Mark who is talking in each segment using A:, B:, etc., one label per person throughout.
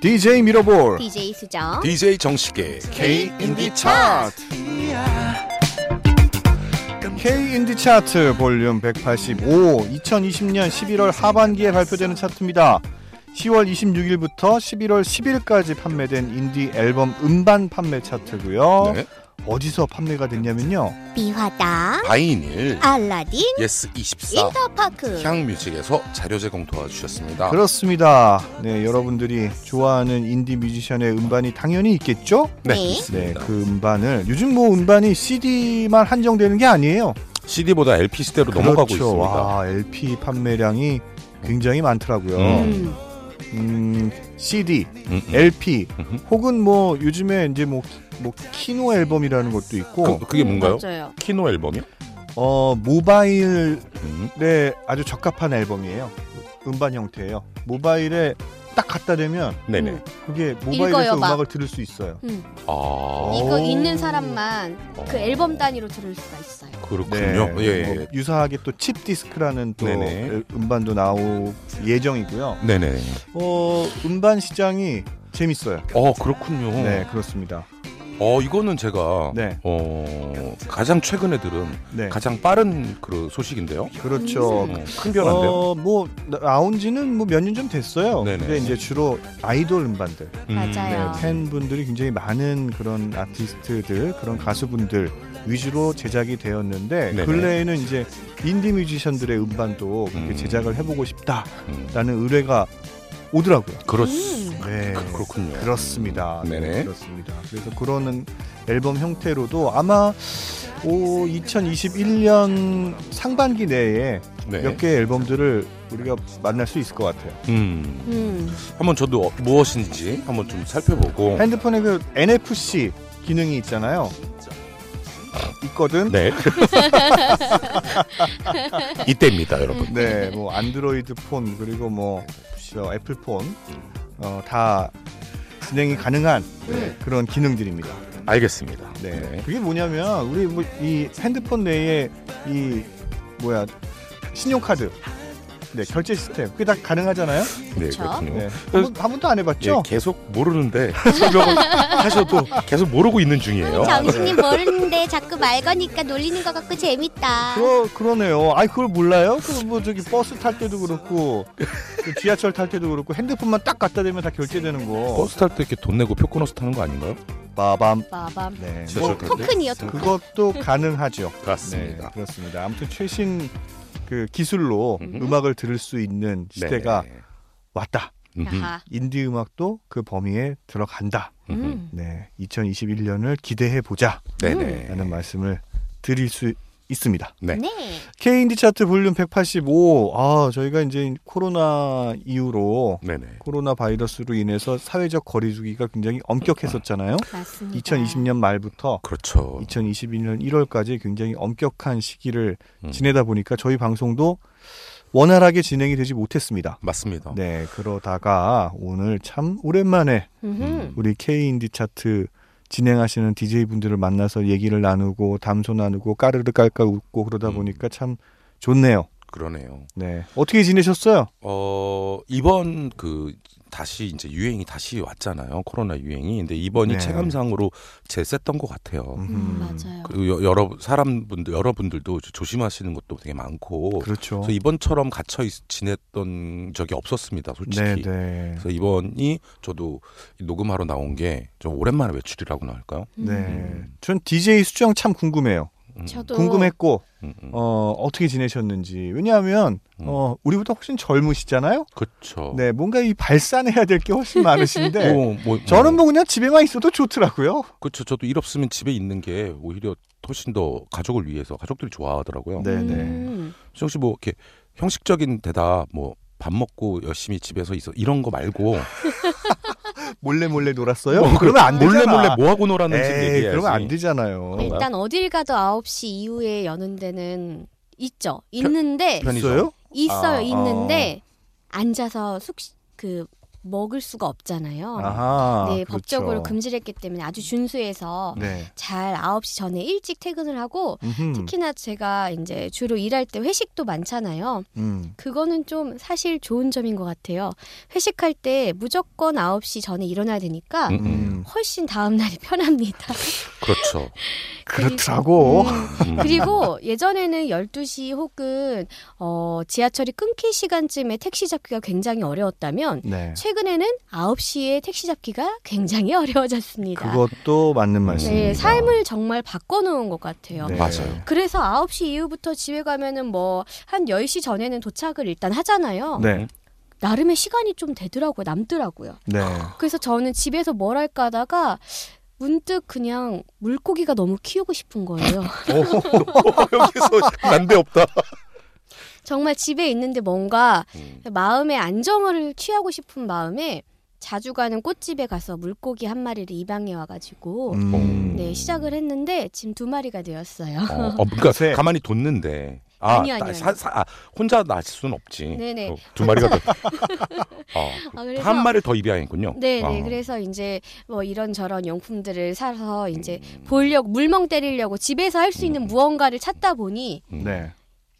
A: DJ
B: 어.
A: 미러볼
C: DJ 수정.
B: DJ 정식의
A: K 인디 차트 K 인디 차트 볼륨 185 2020년 11월 하반기에 발표되는 차트입니다. 10월 26일부터 11월 10일까지 판매된 인디 앨범 음반 판매 차트고요.
B: 네.
A: 어디서 판매가 됐냐면요.
C: 미화당.
B: 바이닐
C: 알라딘.
B: 예스 24
C: 인터파크.
B: 향뮤직에서 자료 제공 도와주셨습니다.
A: 그렇습니다. 네, 여러분들이 좋아하는 인디 뮤지션의 음반이 당연히 있겠죠?
C: 네.
B: 네,
A: 네,
B: 있습니다.
A: 그 음반을 요즘 뭐 음반이 CD만 한정되는 게 아니에요.
B: CD보다 LP 시대로 넘어가고
A: 그 그렇죠.
B: 있습니다.
A: 와, LP 판매량이 굉장히 많더라고요. 음.
B: 음.
C: 음.
A: CD,
B: 음, 음.
A: LP,
B: 음흠.
A: 혹은 뭐 요즘에 이제 뭐, 뭐 키노 앨범이라는 것도 있고,
B: 그, 그게 뭔가요?
C: 맞아요.
B: 키노 앨범이요?
A: 어 모바일에
B: 음.
A: 아주 적합한 앨범이에요. 음반 형태예요. 모바일에 딱 갖다 대면
B: 네네.
C: 음.
A: 그게
C: 읽어요,
A: 모바일에서
C: 막.
A: 음악을 들을 수 있어요.
C: 음.
B: 아
C: 이거
A: 오.
C: 있는 사람만 그
B: 어.
C: 앨범 단위로 들을 수가 있어요.
B: 그렇군요. 예, 예.
A: 뭐 유사하게 또 칩 디스크라는 또
B: 네네.
A: 음반도 나올 예정이고요.
B: 네네.
A: 어 음반 시장이 재밌어요.
B: 어 그렇군요.
A: 네 그렇습니다.
B: 어 이거는 제가
A: 네.
B: 어 가장 최근에 들은
A: 네
B: 가장 빠른 그 소식인데요.
A: 그렇죠.
C: 음.
B: 어, 큰 변화인데요.
A: 어, 뭐 나온지는 뭐 몇 년 좀 됐어요.
B: 네네.
A: 근데 이제 주로 아이돌 음반들, 네,
C: 맞아요. 아.
A: 팬분들이 굉장히 많은 그런 아티스트들, 그런 가수분들 위주로 제작이 되었는데
B: 네네.
A: 근래에는 이제 인디 뮤지션들의 음반도 그렇게
B: 음.
A: 제작을 해보고 싶다라는
B: 음,
A: 의뢰가 오더라고요.
B: 그렇
C: 음.
A: 네.
B: 그- 그렇군요.
A: 그렇습니다. 네,
B: 네네.
A: 그렇습니다. 그래서 그런 앨범 형태로도 아마 오, 2021년 상반기 내에
B: 네.
A: 몇 개의 앨범들을 우리가 만날 수 있을 것 같아요.
B: 음.
C: 음.
B: 한번 저도 어- 무엇인지 한번 좀 살펴보고.
A: 핸드폰에 그 NFC 기능이 있잖아요. 있거든.
B: 네. 이때입니다, 여러분.
A: 네, 뭐 안드로이드 폰 그리고 뭐 저, 애플 폰 어, 다 진행이 가능한
C: 음.
A: 그런 기능들입니다.
B: 알겠습니다.
A: 네. 그게 뭐냐면 우리 뭐 이 핸드폰 내에 이 뭐야 신용카드 네 결제 시스템 그게 다 가능하잖아요.
B: 네,
C: 그쵸?
B: 그렇군요.
A: 네. 그렇죠? 한, 번, 한 번도 안
B: 예,
A: 해봤죠.
B: 계속 모르는데 설명을 하셔도 계속 모르고 있는
C: 음,
B: 중이에요.
C: 정신이 모르는데 자꾸 말 거니까 놀리는 것 같고 재밌다.
A: 그러 그러네요. 아이 그걸 몰라요? 그 뭐 저기 버스 탈 때도 그렇고 그 지하철 탈 때도 그렇고 핸드폰만 딱 갖다 대면 다 결제되는 거.
B: 버스 탈 때 이렇게 돈 내고 표 끊어서 타는 거 아닌가요?
A: 빠밤.
C: 빠밤.
A: 네.
B: 진짜
A: 뭐
B: 저-
C: 토큰이요, 토큰.
B: 음,
A: 그것도 가능하죠. 네,
B: 그렇습니다.
A: 그렇습니다. 아무튼 최신 그 기술로
B: 음.
A: 음악을 들을 수 있는 시대가
B: 네.
A: 왔다.
B: 음흠.
C: 아하.
A: 인디 음악도 그 범위에 들어간다.
B: 음.
C: 음.
A: 네, 2021년을 기대해 보자라는
B: 네네.
A: 말씀을 드릴 수 있습니다.
B: 네.
C: 네.
A: K 인디 차트 볼륨 185. 아, 저희가 이제 코로나 이후로
B: 네네.
A: 코로나 바이러스로 인해서 사회적 거리두기가 굉장히 엄격했었잖아요.
B: 음.
C: 맞습니다.
A: 2020년 말부터
B: 그렇죠.
A: 2021년 1월까지 굉장히 엄격한 시기를
B: 음.
A: 지내다 보니까 저희 방송도 원활하게 진행이 되지 못했습니다.
B: 맞습니다.
A: 네, 그러다가 오늘 참 오랜만에
C: 음흠.
A: 우리 K인디 차트 진행하시는 DJ분들을 만나서 얘기를 나누고 담소 나누고 까르르 깔깔 웃고 그러다
B: 음.
A: 보니까 참 좋네요.
B: 그러네요.
A: 네. 어떻게 지내셨어요?
B: 어 이번 그 다시 이제 유행이 다시 왔잖아요. 코로나 유행이. 근데 이번이
A: 네.
B: 체감상으로 제셌던 것 같아요.
C: 음,
A: 음,
C: 맞아요.
B: 그 여- 여러 사람분들 여러분들도 조- 조심하시는 것도 되게 많고.
A: 그렇죠.
B: 그래서 이번처럼 갇혀 있- 지냈던 적이 없었습니다. 솔직히.
A: 네, 네.
B: 그래서 이번이 저도 이 녹음하러 나온 게 좀 오랜만에 외출이라고나 할까요?
C: 음.
A: 네. 전 DJ 수정 참 궁금해요.
B: 음,
C: 저도
A: 궁금했고
B: 음, 음.
A: 어, 어떻게 지내셨는지. 왜냐하면
B: 음.
A: 어, 우리보다 훨씬 젊으시잖아요.
B: 그렇죠.
A: 네, 뭔가 이 발산해야 될 게 훨씬 많으신데
B: 뭐, 뭐, 뭐.
A: 네. 저는 뭐 그냥 집에만 있어도 좋더라고요.
B: 그렇죠. 저도 일 없으면 집에 있는 게 오히려 훨씬 더 가족을 위해서 가족들이 좋아하더라고요.
A: 네, 네.
C: 음.
B: 수정 씨뭐 이렇게 형식적인 대답 뭐 밥 먹고 열심히 집에서 있어 이런 거 말고
A: 몰래 몰래 놀았어요?
B: 뭐,
A: 그러면 안
B: 몰래
A: 되잖아.
B: 몰래 뭐 하고 놀았는지
A: 에이,
B: 얘기해야지.
A: 그러면 안 되잖아요.
B: 그런가요?
C: 일단 어딜 가도 9시 이후에 여는 데는 있죠. 있는데
D: 네.
B: 편의점.
A: 아, 있어요?
C: 있어요.
A: 아,
C: 있는데 앉아서 숙그
D: 먹을 수가 없잖아요.
A: 아하.
D: 네,
A: 그렇죠.
D: 법적으로 금지를 했기 때문에 아주 준수해서
A: 네.
D: 잘 9시 전에 일찍 퇴근을 하고
A: 음흠.
D: 특히나 제가 이제 주로 일할 때 회식도 많잖아요.
A: 음.
D: 그거는 좀 사실 좋은 점인 것 같아요. 회식할 때 무조건 9시 전에 일어나야 되니까
B: 음, 음.
A: 음.
D: 훨씬 다음 날이 편합니다.
B: 그렇죠.
A: 그렇더라고.
D: 음,
B: 음.
D: 그리고 예전에는 12시 혹은 어, 지하철이 끊길 시간쯤에 택시 잡기가 굉장히 어려웠다면
A: 네.
D: 최근에는 9시에 택시 잡기가 굉장히 어려워졌습니다.
A: 그것도 맞는 말씀입니다.
D: 네, 삶을 정말 바꿔놓은 것 같아요.
A: 네.
B: 맞아요.
D: 그래서 9시 이후부터 집에 가면은 뭐 한 10시 전에는 도착을 일단 하잖아요.
A: 네.
D: 나름의 시간이 좀 되더라고요. 남더라고요.
A: 네.
D: 그래서 저는 집에서 뭘 할까 하다가 문득 그냥 물고기가 너무 키우고 싶은 거예요.
B: 여기서 난데없다.
D: 정말 집에 있는데 뭔가 마음의 안정을 취하고 싶은 마음에 자주 가는 꽃집에 가서 물고기 한 마리를 입양해 와가지고
A: 음.
D: 네 시작을 했는데 지금 두 마리가 되었어요.
B: 어, 어, 그러니까
A: 세.
B: 가만히 뒀는데 아,
D: 아니, 아니,
B: 나-
D: 아니.
B: 사- 사- 아, 혼자 낳을 수는 없지.
D: 네네.
B: 어, 두 마리가 더. 어,
D: 아, 그래서-
B: 한 마리 더 입양했군요.
D: 네, 네.
B: 어.
A: 아.
D: 그래서 이제 뭐 이런저런 용품들을 사서 이제
A: 음.
D: 보려고 물멍 때리려고 집에서 할 수 있는 무언가를 찾다 보니
B: 음.
A: 네.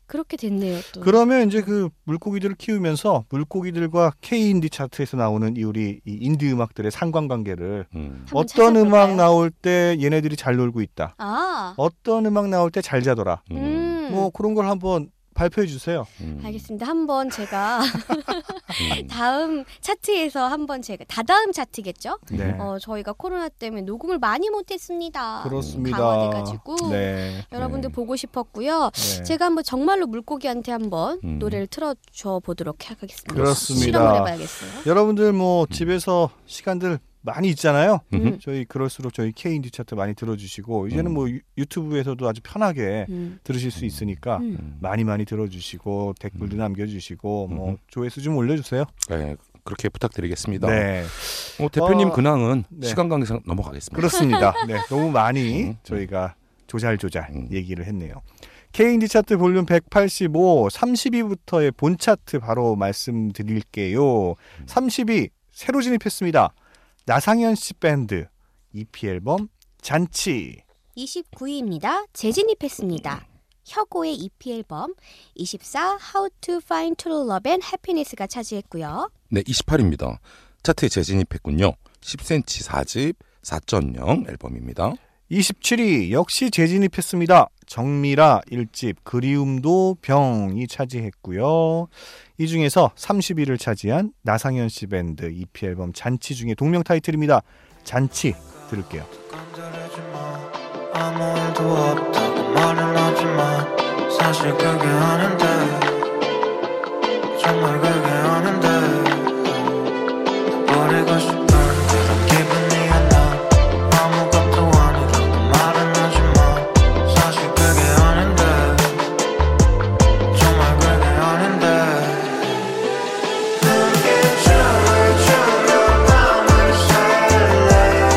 D: 그렇게 됐네요. 또.
A: 그러면 이제 그 물고기들을 키우면서 물고기들과 K 인디 차트에서 나오는 이 우리 이 인디 음악들의 상관관계를
B: 음.
D: 한번
A: 어떤
D: 찾아볼까요?
A: 음악 나올 때 얘네들이 잘 놀고 있다.
D: 아.
A: 어떤 음악 나올 때 잘 자더라.
B: 음.
D: 음.
A: 뭐 그런 걸 한번 발표해 주세요.
B: 음.
D: 알겠습니다. 한번 제가
B: 음.
D: 다음 차트에서 한번 제가 다다음 차트겠죠?
A: 네.
D: 어, 저희가 코로나 때문에 녹음을 많이 못했습니다.
A: 그렇습니다.
D: 강화돼가지고.
A: 네.
D: 여러분들
B: 네.
D: 보고 싶었고요.
A: 네.
D: 제가 한번 정말로 물고기한테 한번
B: 음.
D: 노래를 틀어줘 보도록 하겠습니다.
A: 그렇습니다.
D: 실험을 해봐야겠어요.
A: 여러분들 뭐 집에서 시간들 많이 있잖아요.
B: 음.
A: 저희 그럴수록 저희 K 인디 차트 많이 들어주시고 이제는
B: 음.
A: 뭐 유- 유튜브에서도 아주 편하게
D: 음.
A: 들으실 수 있으니까
D: 음.
B: 음.
A: 많이 많이 들어주시고 댓글도 남겨주시고 뭐
B: 음.
A: 조회수 좀 올려주세요.
B: 네, 그렇게 부탁드리겠습니다.
A: 네,
B: 어, 대표님
A: 어,
B: 근황은
A: 네.
B: 시간 관계상 넘어가겠습니다.
A: 그렇습니다. 네, 너무 많이
B: 음.
A: 저희가 조잘조잘
B: 음.
A: 얘기를 했네요. K인디 차트 볼륨 185, 30위부터의 본 차트 바로
B: 음.
A: 말씀드릴게요. 30위 새로 진입했습니다. 나상현 씨 밴드 EP 앨범 잔치.
D: 29위입니다. 재진입했습니다. 혁오의 EP 앨범 24 How to Find True Love and Happiness가 차지했고요.
B: 네, 28입니다. 차트에 재진입했군요. 10cm 4집 4.0 앨범입니다.
A: 27위 역시 재진입했습니다. 정미라 1집 그리움도 병이 차지했고요. 이 중에서 30위를 차지한 나상현 씨 밴드 EP 앨범 잔치 중에 동명 타이틀입니다. 잔치 들을게요.
E: 간절하지 마 아무 일도 없다고 말을 하지만 사실 그게 아닌데 정말 그게 아닌데 버리고 싶은 그런 기분이 안나 아무것도 아니라고 말은 하지만 사실 그게 아닌데 정말 그게 아닌데 눈이 춤을 추며 밤을 새래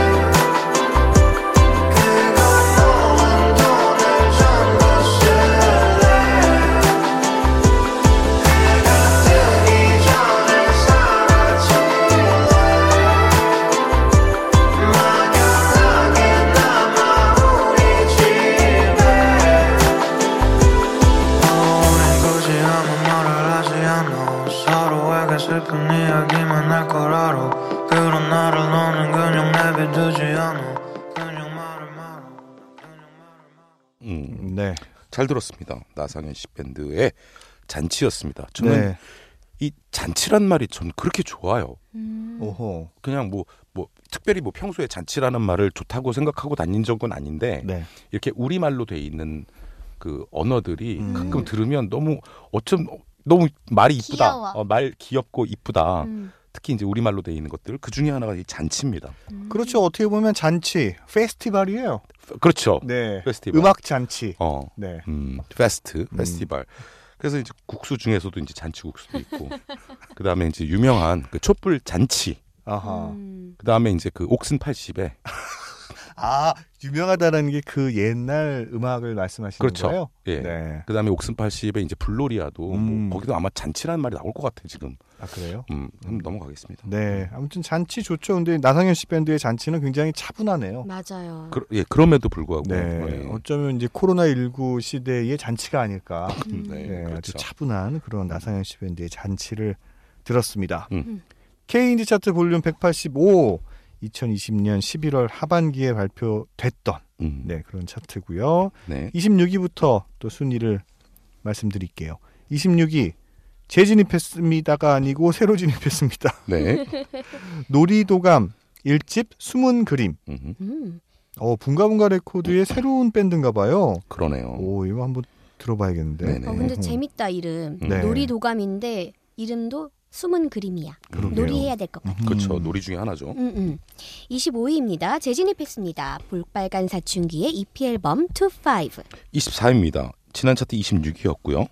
E: 그건 모은 돈을 전부 쓸래 해가 뜨기 전에 사라질래 막연하게 남아 우리 집에 오늘 굳이 아무 말을 하지 않아 서로에게 슬픈 이야기만 할 걸 알아 그런 나를 너는 그냥 내비두지 않아 그냥 말을 말아 그냥 말을 말아
B: 음,
A: 네.
B: 잘 들었습니다. 나상현 씨 밴드의 잔치였습니다. 저는
A: 네.
B: 이 잔치란 말이 전 그렇게 좋아요.
A: 네. 음. 오호.
B: 그냥 뭐, 뭐 특별히 뭐 평소에 잔치라는 말을 좋다고 생각하고 다닌 적은 아닌데
A: 네.
B: 이렇게 우리말로 돼 있는 그 언어들이
A: 음.
B: 가끔 들으면 너무 어쩜 너무 말이 이쁘다.
C: 귀여워.
B: 어, 말 귀엽고
A: 아.
B: 이쁘다.
D: 음.
B: 특히 이제 우리말로 돼 있는 것들 그 중에 하나가 이 잔치입니다.
D: 음.
A: 그렇죠. 어떻게 보면 잔치, 페스티벌이에요.
B: 그렇죠.
A: 네.
B: 페스티벌.
A: 음악 잔치.
B: 어,
A: 네.
B: 음, 페스트, 페스티벌. 그래서 이제 국수 중에서도 이제 잔치국수도 있고, 그 다음에 이제 유명한 그 촛불 잔치,
A: 아하.
D: 음.
B: 그 다음에 이제 그 옥슨 80에
A: 아 유명하다는 게 그 옛날 음악을 말씀하시는
B: 그렇죠.
A: 거예요?
B: 예.
A: 네.
B: 그다음에 옥슨 80의 이제 블로리아도
A: 음.
B: 뭐 거기도 아마 잔치라는 말이 나올 것 같아 지금.
A: 아 그래요?
B: 음, 한번 넘어가겠습니다.
A: 네. 아무튼 잔치 좋죠. 근데 나상현 씨 밴드의 잔치는 굉장히 차분하네요.
D: 맞아요.
B: 그, 예, 그럼에도 불구하고
A: 네.
B: 예.
A: 어쩌면 이제 코로나 19 시대의 잔치가 아닐까.
B: 음,
D: 음.
B: 네,
A: 네, 아주
B: 그렇죠.
A: 차분한 그런 나상현 씨 밴드의 잔치를 들었습니다.
B: 음.
D: 음.
A: K 인디 차트 볼륨 185 2020년 11월 하반기에 발표됐던
B: 음, 네.
A: 네, 그런 차트고요. 26위부터 또 순위를 말씀드릴게요. 26위 재진입했습니다가 아니고 새로 진입했습니다.
B: 네.
A: 놀이도감 1집 숨은 그림.
B: 음,
D: 음.
A: 어 분가분가 레코드의 새로운 밴드인가 봐요.
B: 그러네요. 음,
A: 오 이거 한번 들어봐야겠는데.
B: 어. 네네.
D: 어, 근데
A: 어허.
D: 재밌다 이름.
B: 네.
D: 놀이 도감인데 이름도 숨은 그림이야.
A: 그러게요.
D: 놀이해야 될 것 같아.
B: 그렇죠.
A: 음.
B: 놀이 중에 하나죠.
D: 음, 음. 25위입니다. 재진입했습니다. 볼빨간 사춘기의 EP 앨범 25.
B: 24입니다. 지난 차트 26위였고요.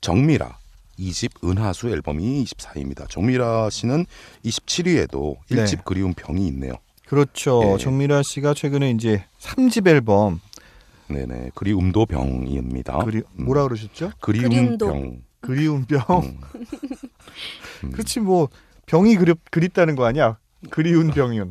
B: 정미라 이집 은하수 앨범이 24입니다. 정미라 씨는 27위에도
A: 네.
B: 1집 그리운 병이 있네요.
A: 그렇죠.
B: 예.
A: 정미라 씨가 최근에 이제 3집 앨범
B: 네네. 그리움도 병입니다.
A: 그리
B: 음.
A: 뭐라 그러셨죠?
B: 그리움
D: 그리움도.
B: 병.
A: 그리운 병.
B: 음.
A: 그렇지 뭐 병이 그립, 그립다는 거 아니야? 그리운 병이요.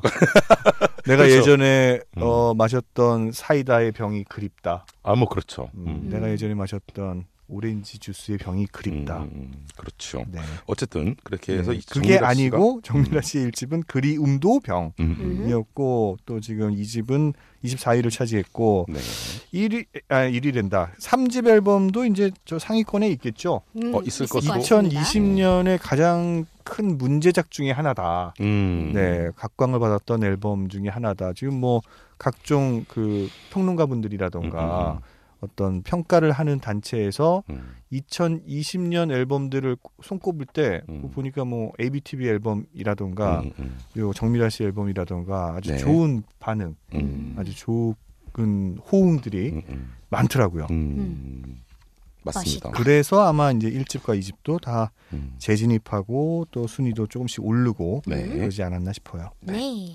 A: 내가
B: 그렇죠.
A: 예전에 어, 마셨던 사이다의 병이 그립다.
B: 아, 뭐 그렇죠.
A: 음,
B: 음.
A: 내가 예전에 마셨던 오렌지 주스의 병이 그립다.
B: 음, 음, 그렇죠.
A: 네.
B: 어쨌든 그렇게 해서
A: 네.
B: 이
A: 그게
B: 정미라 씨가-
A: 아니고 정미라 씨의 1집은 그리움도 병.
B: 음, 음.
D: 음.
A: 이었고 또 지금 이 집은 24위를 차지했고
B: 네.
A: 1위 아 1위 된다. 3집 앨범도 이제 저 상위권에 있겠죠.
D: 음,
B: 어, 있을 것으로.
D: 것 같습니다. 네.
A: 2020년에 가장 큰 문제작 중에 하나다.
B: 음.
A: 네, 각광을 받았던 앨범 중에 하나다. 지금 뭐 각종 그 평론가분들이라던가 어떤 평가를 하는 단체에서
B: 음,
A: 2020년 앨범들을 손꼽을 때
B: 음.
A: 보니까 뭐 ABTV 앨범이라던가
B: 음, 음,
A: 요 정미라 씨 앨범이라던가 아주
B: 네.
A: 좋은 반응
B: 음,
A: 아주 좋은 호응들이
B: 음, 음,
A: 많더라고요.
B: 음. 맞습니다.
A: 그래서 아마 이제 1집과 2집도 다
B: 음.
A: 재진입하고 또 순위도 조금씩 오르고
B: 네.
A: 그러지 않았나 싶어요.
D: 네.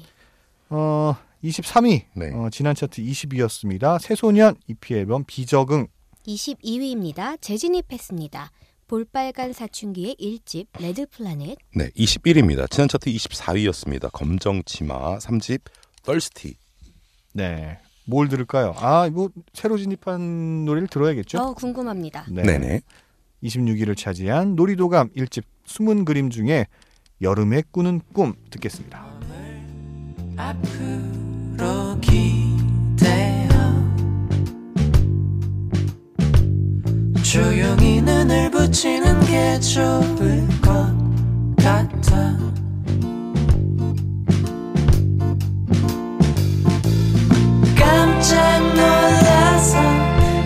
A: 어, 23위.
B: 네.
A: 어, 지난 차트 20위였습니다. 새소년 EP 앨범 비적응.
D: 22위입니다. 재진입했습니다. 볼빨간 사춘기의 1집 레드 플라넷.
B: 네, 21위입니다. 지난 차트 24위였습니다. 검정 치마 3집 떨스티.
A: 네. 뭘 들을까요? 아, 뭐 새로 진입한 노래를 들어야겠죠?
D: 어, 궁금합니다.
A: 네.
B: 네, 네.
A: 26위를 차지한 놀이도감 1집 숨은 그림 중에 여름에 꾸는 꿈 듣겠습니다.
E: 앞으로 기대어 조용히 눈을 붙이는 게 좋을 것 같아 깜짝 놀라서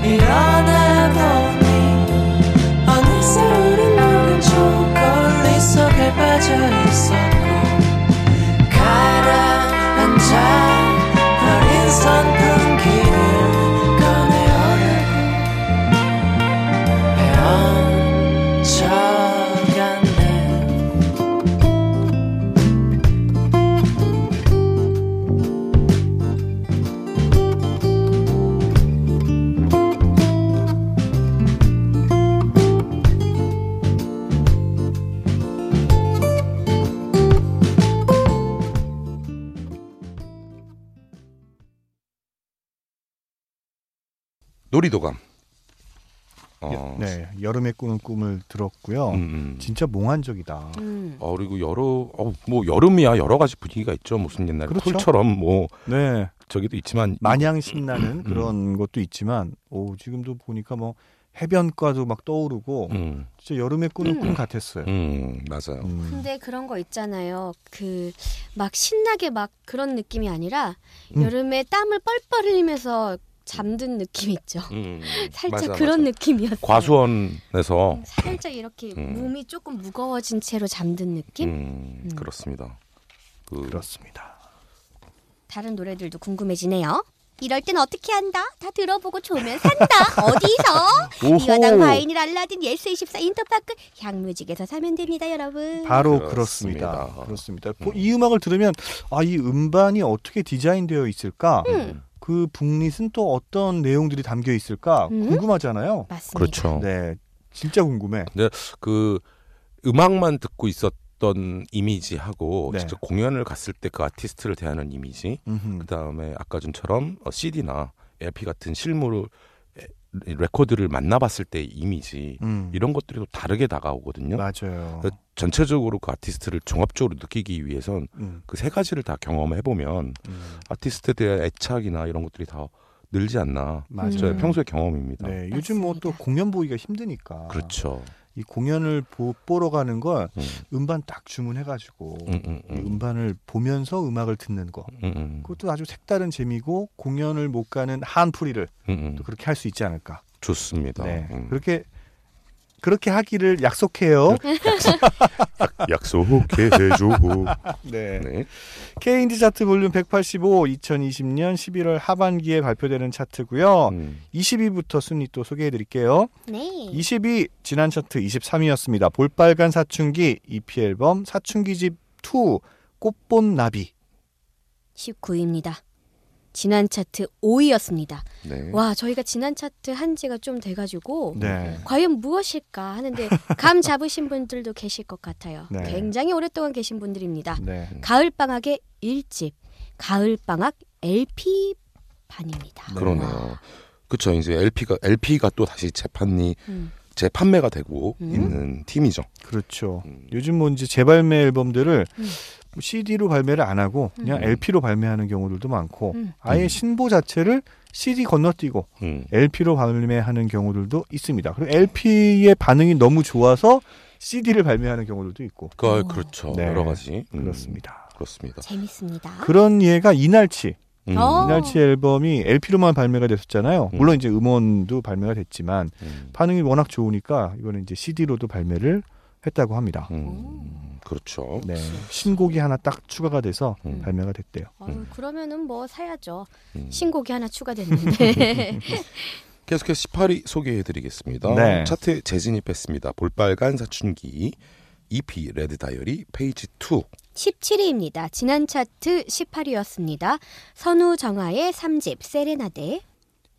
E: 일어나 보니 어느새 우린 녹은 초콜릿 속에 빠져 있었고 가라앉아 버린 선풍기를 꺼내오려고 헤엄쳐갔네
B: 놀이도감. 어,
A: 네. 여름에 꾸는 꿈을 들었고요.
B: 음, 음.
A: 진짜 몽환적이다.
D: 음.
B: 어 그리고 여러 어, 뭐 여름이야 여러 가지 분위기가 있죠. 무슨 옛날
A: 그렇죠.
B: 쿨처럼 뭐
A: 네.
B: 저기도 있지만
A: 마냥 신나는 그런 것도 있지만 오 지금도 보니까 뭐 해변가도 막 떠오르고
B: 음,
A: 진짜 여름에 꾸는
D: 음.
A: 꿈 같았어요.
B: 음, 맞아요.
A: 음.
D: 근데 그런 거 있잖아요. 그 막 신나게 막 그런 느낌이 아니라
A: 음.
D: 여름에 땀을 뻘뻘 흘리면서 잠든 느낌 있죠.
B: 음,
D: 살짝
B: 맞아,
D: 그런
B: 맞아.
D: 느낌이었어요.
B: 과수원에서
D: 살짝 이렇게
B: 어. 음.
D: 몸이 조금 무거워진 채로 잠든 느낌?
B: 음, 그렇습니다. 그
A: 그렇죠. 그렇습니다.
D: 다른 노래들도 궁금해지네요.
C: 이럴 땐 어떻게 한다? 다 들어보고 좋으면 산다. 어디서? 이화당 과인일 알라딘 예스24 인터파크 향뮤직에서 사면 됩니다, 여러분.
A: 바로
B: 그렇습니다.
A: 그렇습니다. 그렇습니다.
B: 음.
A: 이 음악을 들으면 아 이 음반이 어떻게 디자인되어 있을까?
B: 음.
A: 그 북릿은 또 어떤 내용들이 담겨 있을까
D: 음.
A: 궁금하잖아요.
D: 맞습니다.
B: 그렇죠.
A: 네, 진짜 궁금해.
B: 그 음악만 듣고 있었던 이미지하고
A: 네.
B: 직접 공연을 갔을 때 그 아티스트를 대하는 이미지
A: 음흠.
B: 그다음에 아까 전처럼 어, CD나 LP 같은 실물 에- 레코드를 만나봤을 때의 이미지
A: 음.
B: 이런 것들이 또 다르게 다가오거든요.
A: 맞아요.
B: 그래서 전체적으로 그 아티스트를 종합적으로 느끼기 위해선
A: 음,
B: 그 세 가지를 다 경험해 보면
A: 음.
B: 아티스트에 대한 애착이나 이런 것들이 다 늘지 않나
A: 맞아요.
B: 저의 평소의 경험입니다.
A: 음. 네, 요즘 뭐 또
D: 맞습니다.
A: 공연 보기가 힘드니까
B: 그렇죠.
A: 이 공연을 보, 보러 가는 걸
B: 음,
A: 음반 딱 주문해가지고
B: 음, 음,
A: 이
B: 음,
A: 음반을 보면서 음악을 듣는 거
B: 음, 음,
A: 그것도 아주 색다른 재미고 공연을 못 가는 한풀이를
B: 음, 음.
A: 또 그렇게 할 수 있지 않을까.
B: 좋습니다.
A: 네,
B: 음.
A: 그렇게 그렇게 하기를 약속해요.
B: 약속해 줘.
A: 네.
B: 네.
A: K 인디 차트 볼륨 185 2020년 11월 하반기에 발표되는 차트고요.
B: 음.
A: 20위부터 순위 또 소개해 드릴게요.
C: 네.
A: 20위 지난 차트 23위였습니다. 볼빨간 사춘기 EP 앨범 사춘기집 2 꽃봄나비
D: 19위입니다. 지난 차트 5위였습니다.
B: 네.
D: 와, 저희가 지난 차트 한 지가 좀 돼가지고
A: 네.
D: 과연 무엇일까 하는데 감 잡으신 분들도 계실 것 같아요.
A: 네.
D: 굉장히 오랫동안 계신 분들입니다.
A: 네.
D: 가을 방학의 일집 가을 방학 LP 반입니다.
B: 그러네요. 그렇죠. 이제 LP가 LP가 또 다시 재판이
D: 음.
B: 재판매가 되고
D: 음.
B: 있는 팀이죠.
A: 그렇죠.
B: 음.
A: 요즘 뭐 이제 재발매 앨범들을
D: 음.
A: CD로 발매를 안 하고 그냥
B: 음.
A: LP로 발매하는 경우들도 많고
D: 음.
A: 아예
B: 음.
A: 신보 자체를 CD 건너뛰고
B: 음.
A: LP로 발매하는 경우들도 있습니다. 그리고 LP의 반응이 너무 좋아서 CD를 발매하는 경우들도 있고
B: 그
D: 오.
B: 그렇죠.
A: 네.
B: 여러 가지. 음.
A: 그렇습니다.
B: 그렇습니다.
C: 재밌습니다.
A: 그런 예가 이날치
B: 음.
D: 어.
A: 이날치 앨범이 LP로만 발매가 됐었잖아요.
B: 음.
A: 물론 이제 음원도 발매가 됐지만
B: 음.
A: 반응이 워낙 좋으니까 이거는 이제 CD로도 발매를 했다고 합니다.
B: 음. 그렇죠.
A: 네. 신곡이 하나 딱 추가가 돼서
B: 음.
A: 발매가 됐대요.
D: 어휴, 그러면은 뭐 사야죠.
B: 음.
D: 신곡이 하나 추가됐는데
B: 계속해서 18위 소개해드리겠습니다.
A: 네.
B: 차트에 재진입했습니다. 볼빨간 사춘기 E EP 레드 다이어리 페이지 2.
D: 17위입니다. 지난 차트 18위였습니다. 선우 정아의 3집 세레나데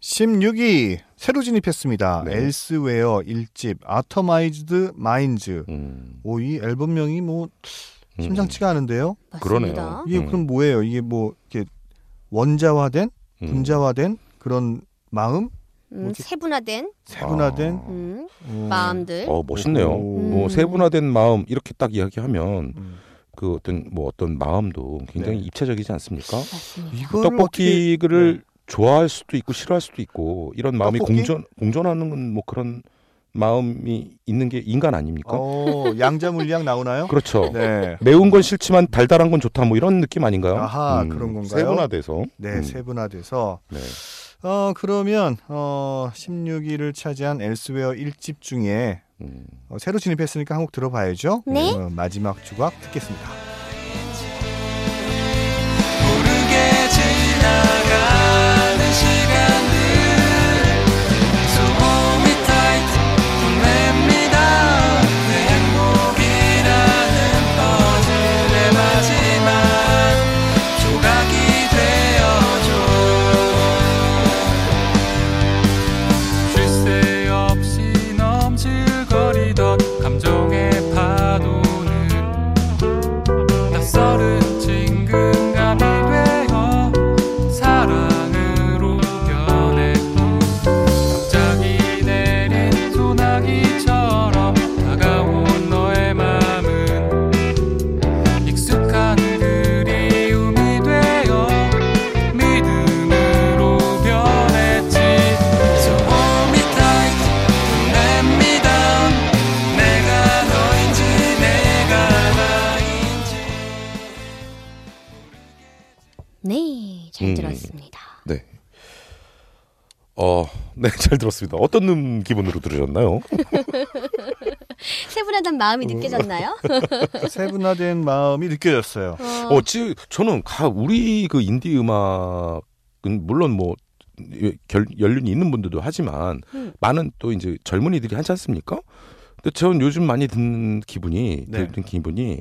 A: 16위 새로 진입했습니다.
B: 네.
A: 엘스웨어 1집 아터마이즈드 마인즈.
B: 음.
A: 오, 이 앨범명이 뭐
B: 음.
A: 심상치가 않은데요.
D: 맞습니다.
B: 그러네요.
A: 이게
B: 음.
A: 그럼 뭐예요? 이게 뭐 이렇게 원자화된
B: 음.
A: 분자화된 그런 마음,
D: 음,
A: 뭐지?
D: 세분화된
A: 세분화된
B: 아.
D: 음,
A: 어,
D: 마음들
B: 어 멋있네요.
A: 오.
B: 뭐 세분화된 마음 이렇게 딱 이야기하면
A: 음.
B: 그 어떤 뭐 어떤 마음도 굉장히
A: 네.
B: 입체적이지 않습니까?
D: 맞습니다.
A: 이거를 어떻게- 네.
B: 떡볶이를 좋아할 수도 있고 싫어할 수도 있고 이런 마음이
A: 떡볶이?
B: 공존 공존하는 뭐 그런 마음이 있는 게 인간 아닙니까?
A: 어, 양자물리학 나오나요?
B: 그렇죠.
A: 네.
B: 매운 건 싫지만 달달한 건 좋다 뭐 이런 느낌 아닌가요? 음,
A: 아하, 그런 건가요?
B: 세분화돼서.
A: 네,
B: 음,
A: 세분화돼서
B: 네.
A: 어, 그러면 어, 16위를 차지한 엘스웨어 1집 중에
B: 음.
A: 어, 새로 진입했으니까 한 곡 들어봐야죠.
C: 네.
A: 어, 마지막 조각 듣겠습니다.
E: 모르게 지나가는 시간들 So hold me tight, don't let me down 내 행복이라는 퍼즐의 마지막 조각이 되어줘 쉴 새 없이 넘칠거리던 감정의 파도는 낯설은 친근감이 되어 사랑으로 변해 갑자기 내린 소나기처럼 다가온 너의 마음은 익숙한 그리움이 되어 믿음으로 변했지 So hold me tight, don't let me down 내가 너인지 내가 나인지
D: 네, 잘
B: 음.
D: 들었습니다.
B: 네. 어, 네, 잘 들었습니다. 어떤 음, 기분으로 들으셨나요?
D: 세분화된 마음이 느껴졌나요?
A: 그러니까 세분화된 마음이 느껴졌어요.
B: 어, 지 저는 가 우리 그 인디 음악 음, 물론 뭐 예, 결, 연륜이 있는 분들도 하지만
D: 음.
B: 많은 또 이제 젊은이들이 하지 않습니까? 근데 저는 요즘 많이 듣는 기분이
A: 네.
B: 듣는 기분이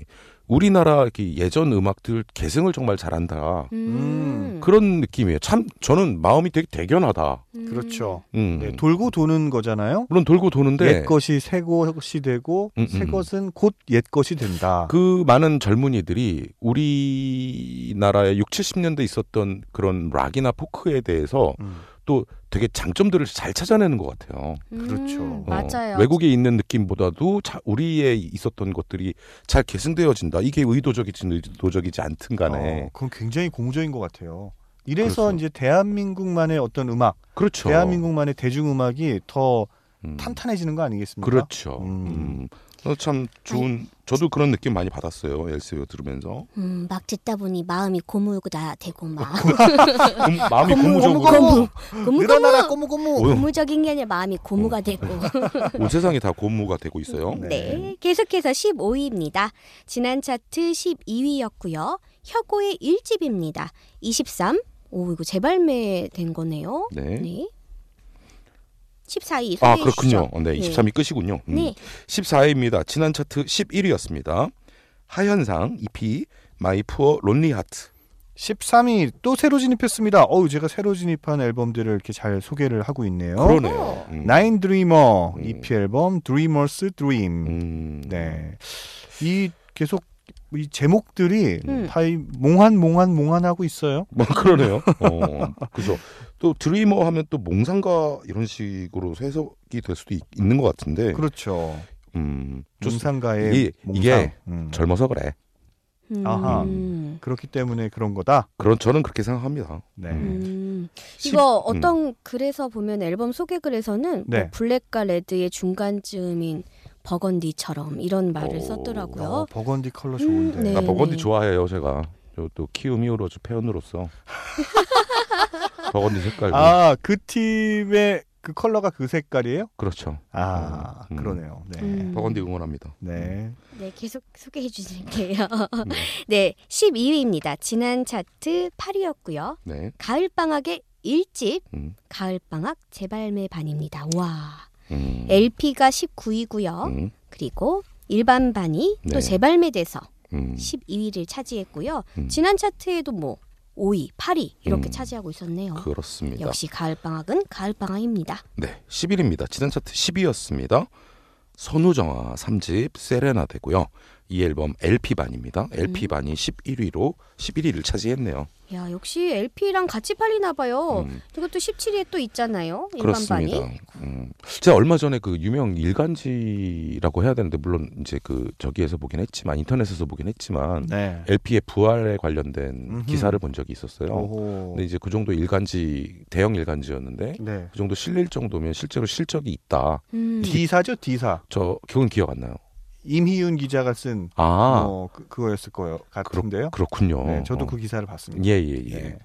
B: 우리나라 이렇게 예전 음악들 계승을 정말 잘한다
A: 음,
B: 그런 느낌이에요. 참 저는 마음이 되게 대견하다.
A: 그렇죠.
B: 음.
A: 네, 돌고 도는 거잖아요.
B: 물론 돌고 도는데
A: 옛 것이 새 것이 되고
B: 네. 음,
A: 새
B: 음.
A: 것은 곧 옛 것이 된다.
B: 그 많은 젊은이들이 우리나라의 6, 70년대 있었던 그런 락이나 포크에 대해서
A: 음.
B: 되게 장점들을 잘 찾아내는 것 같아요.
A: 그렇죠.
D: 음,
B: 어,
D: 맞아요.
B: 외국에 있는 느낌보다도 자- 우리에 있었던 것들이 잘 계승되어진다. 이게 의도적이지 의도적이지 않든 간에.
A: 어, 그건 굉장히 공적인 것 같아요. 이래서
B: 그렇죠.
A: 이제 대한민국만의 어떤 음악,
B: 그렇죠.
A: 대한민국만의 대중음악이 더
B: 음,
A: 탄탄해지는 거 아니겠습니까?
B: 그렇죠.
A: 음.
B: 음. 어, 참 좋은 저도 그런 느낌 많이 받았어요. 엘세요 들으면서
C: 음, 막 듣다 보니 마음이 고무가 되고 막
B: 곰- 마음이
A: 고무,
B: 고무적으로
A: 고무, 고무.
C: 고무
A: 늘어나라
C: 고무
A: 꼬무 꼬무.
B: 오,
C: 고무적인 게 아니라 마음이 고무가 되고
B: 온 세상이 다 고무가 되고 있어요.
C: 네 계속해서 15위입니다. 지난 차트 12위였고요. 혁오의 1집입니다. 23. 오 이거 재발매된 거네요.
B: 네.
C: 네. 14위
B: 아
C: 소개해
B: 그렇군요.
C: 주시죠.
B: 어, 네,
C: 네.
B: 23위 끝이군요. 음.
C: 네.
B: 14위입니다. 지난 차트 11위였습니다. 하현상 E EP 마이 푸어 론리 하트.
A: 13위 또 새로 진입했습니다. 어우 제가 새로 진입한 앨범들을 이렇게 잘 소개를 하고 있네요.
B: 그러네요. 음.
A: 나인 드리머
B: 음.
A: EP 앨범 Dreamers Dream.
B: 음.
A: 네. 이 계속 이 제목들이
C: 음.
A: 다 이 몽환 몽환 몽환하고 있어요.
B: 뭐 그러네요. 어, 그죠. 또 드리머 하면 또 몽상가 이런 식으로 해석이 될 수도 있, 는것 같은데.
A: 그렇죠.
B: 음. 네. 좋습니다.
A: 몽상가의
B: 이-
A: 몽상.
B: 이게
A: 음.
B: 젊어서 그래.
C: 음.
A: 아하.
C: 음.
A: 그렇기 때문에 그런 거다.
B: 그런 저는 그렇게 생각합니다.
A: 네.
B: 음.
D: 이거 어떤 글에서 보면 앨범 소개글에서는
A: 네.
D: 뭐 블랙과 레드의 중간쯤인 버건디처럼 이런 말을
B: 오.
D: 썼더라고요.
A: 어, 버건디 컬러
D: 음,
A: 좋은데.
D: 네.
B: 나 버건디 좋아해요, 제가. 저또 키움 히어로즈 팬으로서. 버건디 색깔. 아.
A: 아, 그 팀의 그 컬러가 그 색깔이에요?
B: 그렇죠.
A: 아,
B: 음.
A: 그러네요. 네.
D: 음.
B: 버건디 응원합니다.
A: 네.
D: 네, 계속 소개해 주실게요. 네, 12위입니다. 지난 차트 8위였고요.
B: 네.
D: 가을 방학의 1집
B: 음.
D: 가을 방학 재발매 반입니다. 와.
B: 음.
D: LP가 19위고요.
B: 음.
D: 그리고 일반 반이 또
B: 네.
D: 재발매돼서
B: 음.
D: 12위를 차지했고요.
B: 음.
D: 지난 차트에도 뭐 5위, 8위
B: 음.
D: 이렇게 차지하고 있었네요.
B: 그렇습니다.
D: 역시 가을 방학은 가을 방학입니다.
B: 네, 10일입니다. 지난 차트 10위였습니다. 선우정아 3집 세레나데고요. 이 앨범 LP 반입니다. LP 반이 11위로 11위를 차지했네요.
D: 야, 역시 LP랑 같이 팔리나 봐요.
B: 음,
D: 이것도 17위에 또 있잖아요. 어, 일반
B: 그렇습니다.
D: 반이.
B: 음, 제가 얼마 전에 그 유명 일간지라고 해야 되는데 물론 이제 그 저기에서 보긴 했지만 인터넷에서 보긴 했지만
A: 네.
B: LP의 부활에 관련된
A: 음흠.
B: 기사를 본 적이 있었어요.
A: 오호.
B: 근데 이제 그 정도 일간지 대형 일간지였는데
A: 네.
B: 그 정도 실릴 정도면 실제로 실적이 있다.
D: 음.
A: D사죠, D사.
B: 저 그건 기억 안 나요.
A: 임희윤 기자가 쓴
B: 아,
A: 어, 그, 그거였을 거예요. 같은데요.
B: 그렇군요.
A: 네, 저도
B: 어.
A: 그 기사를 봤습니다.
B: 예, 예, 예.
A: 네.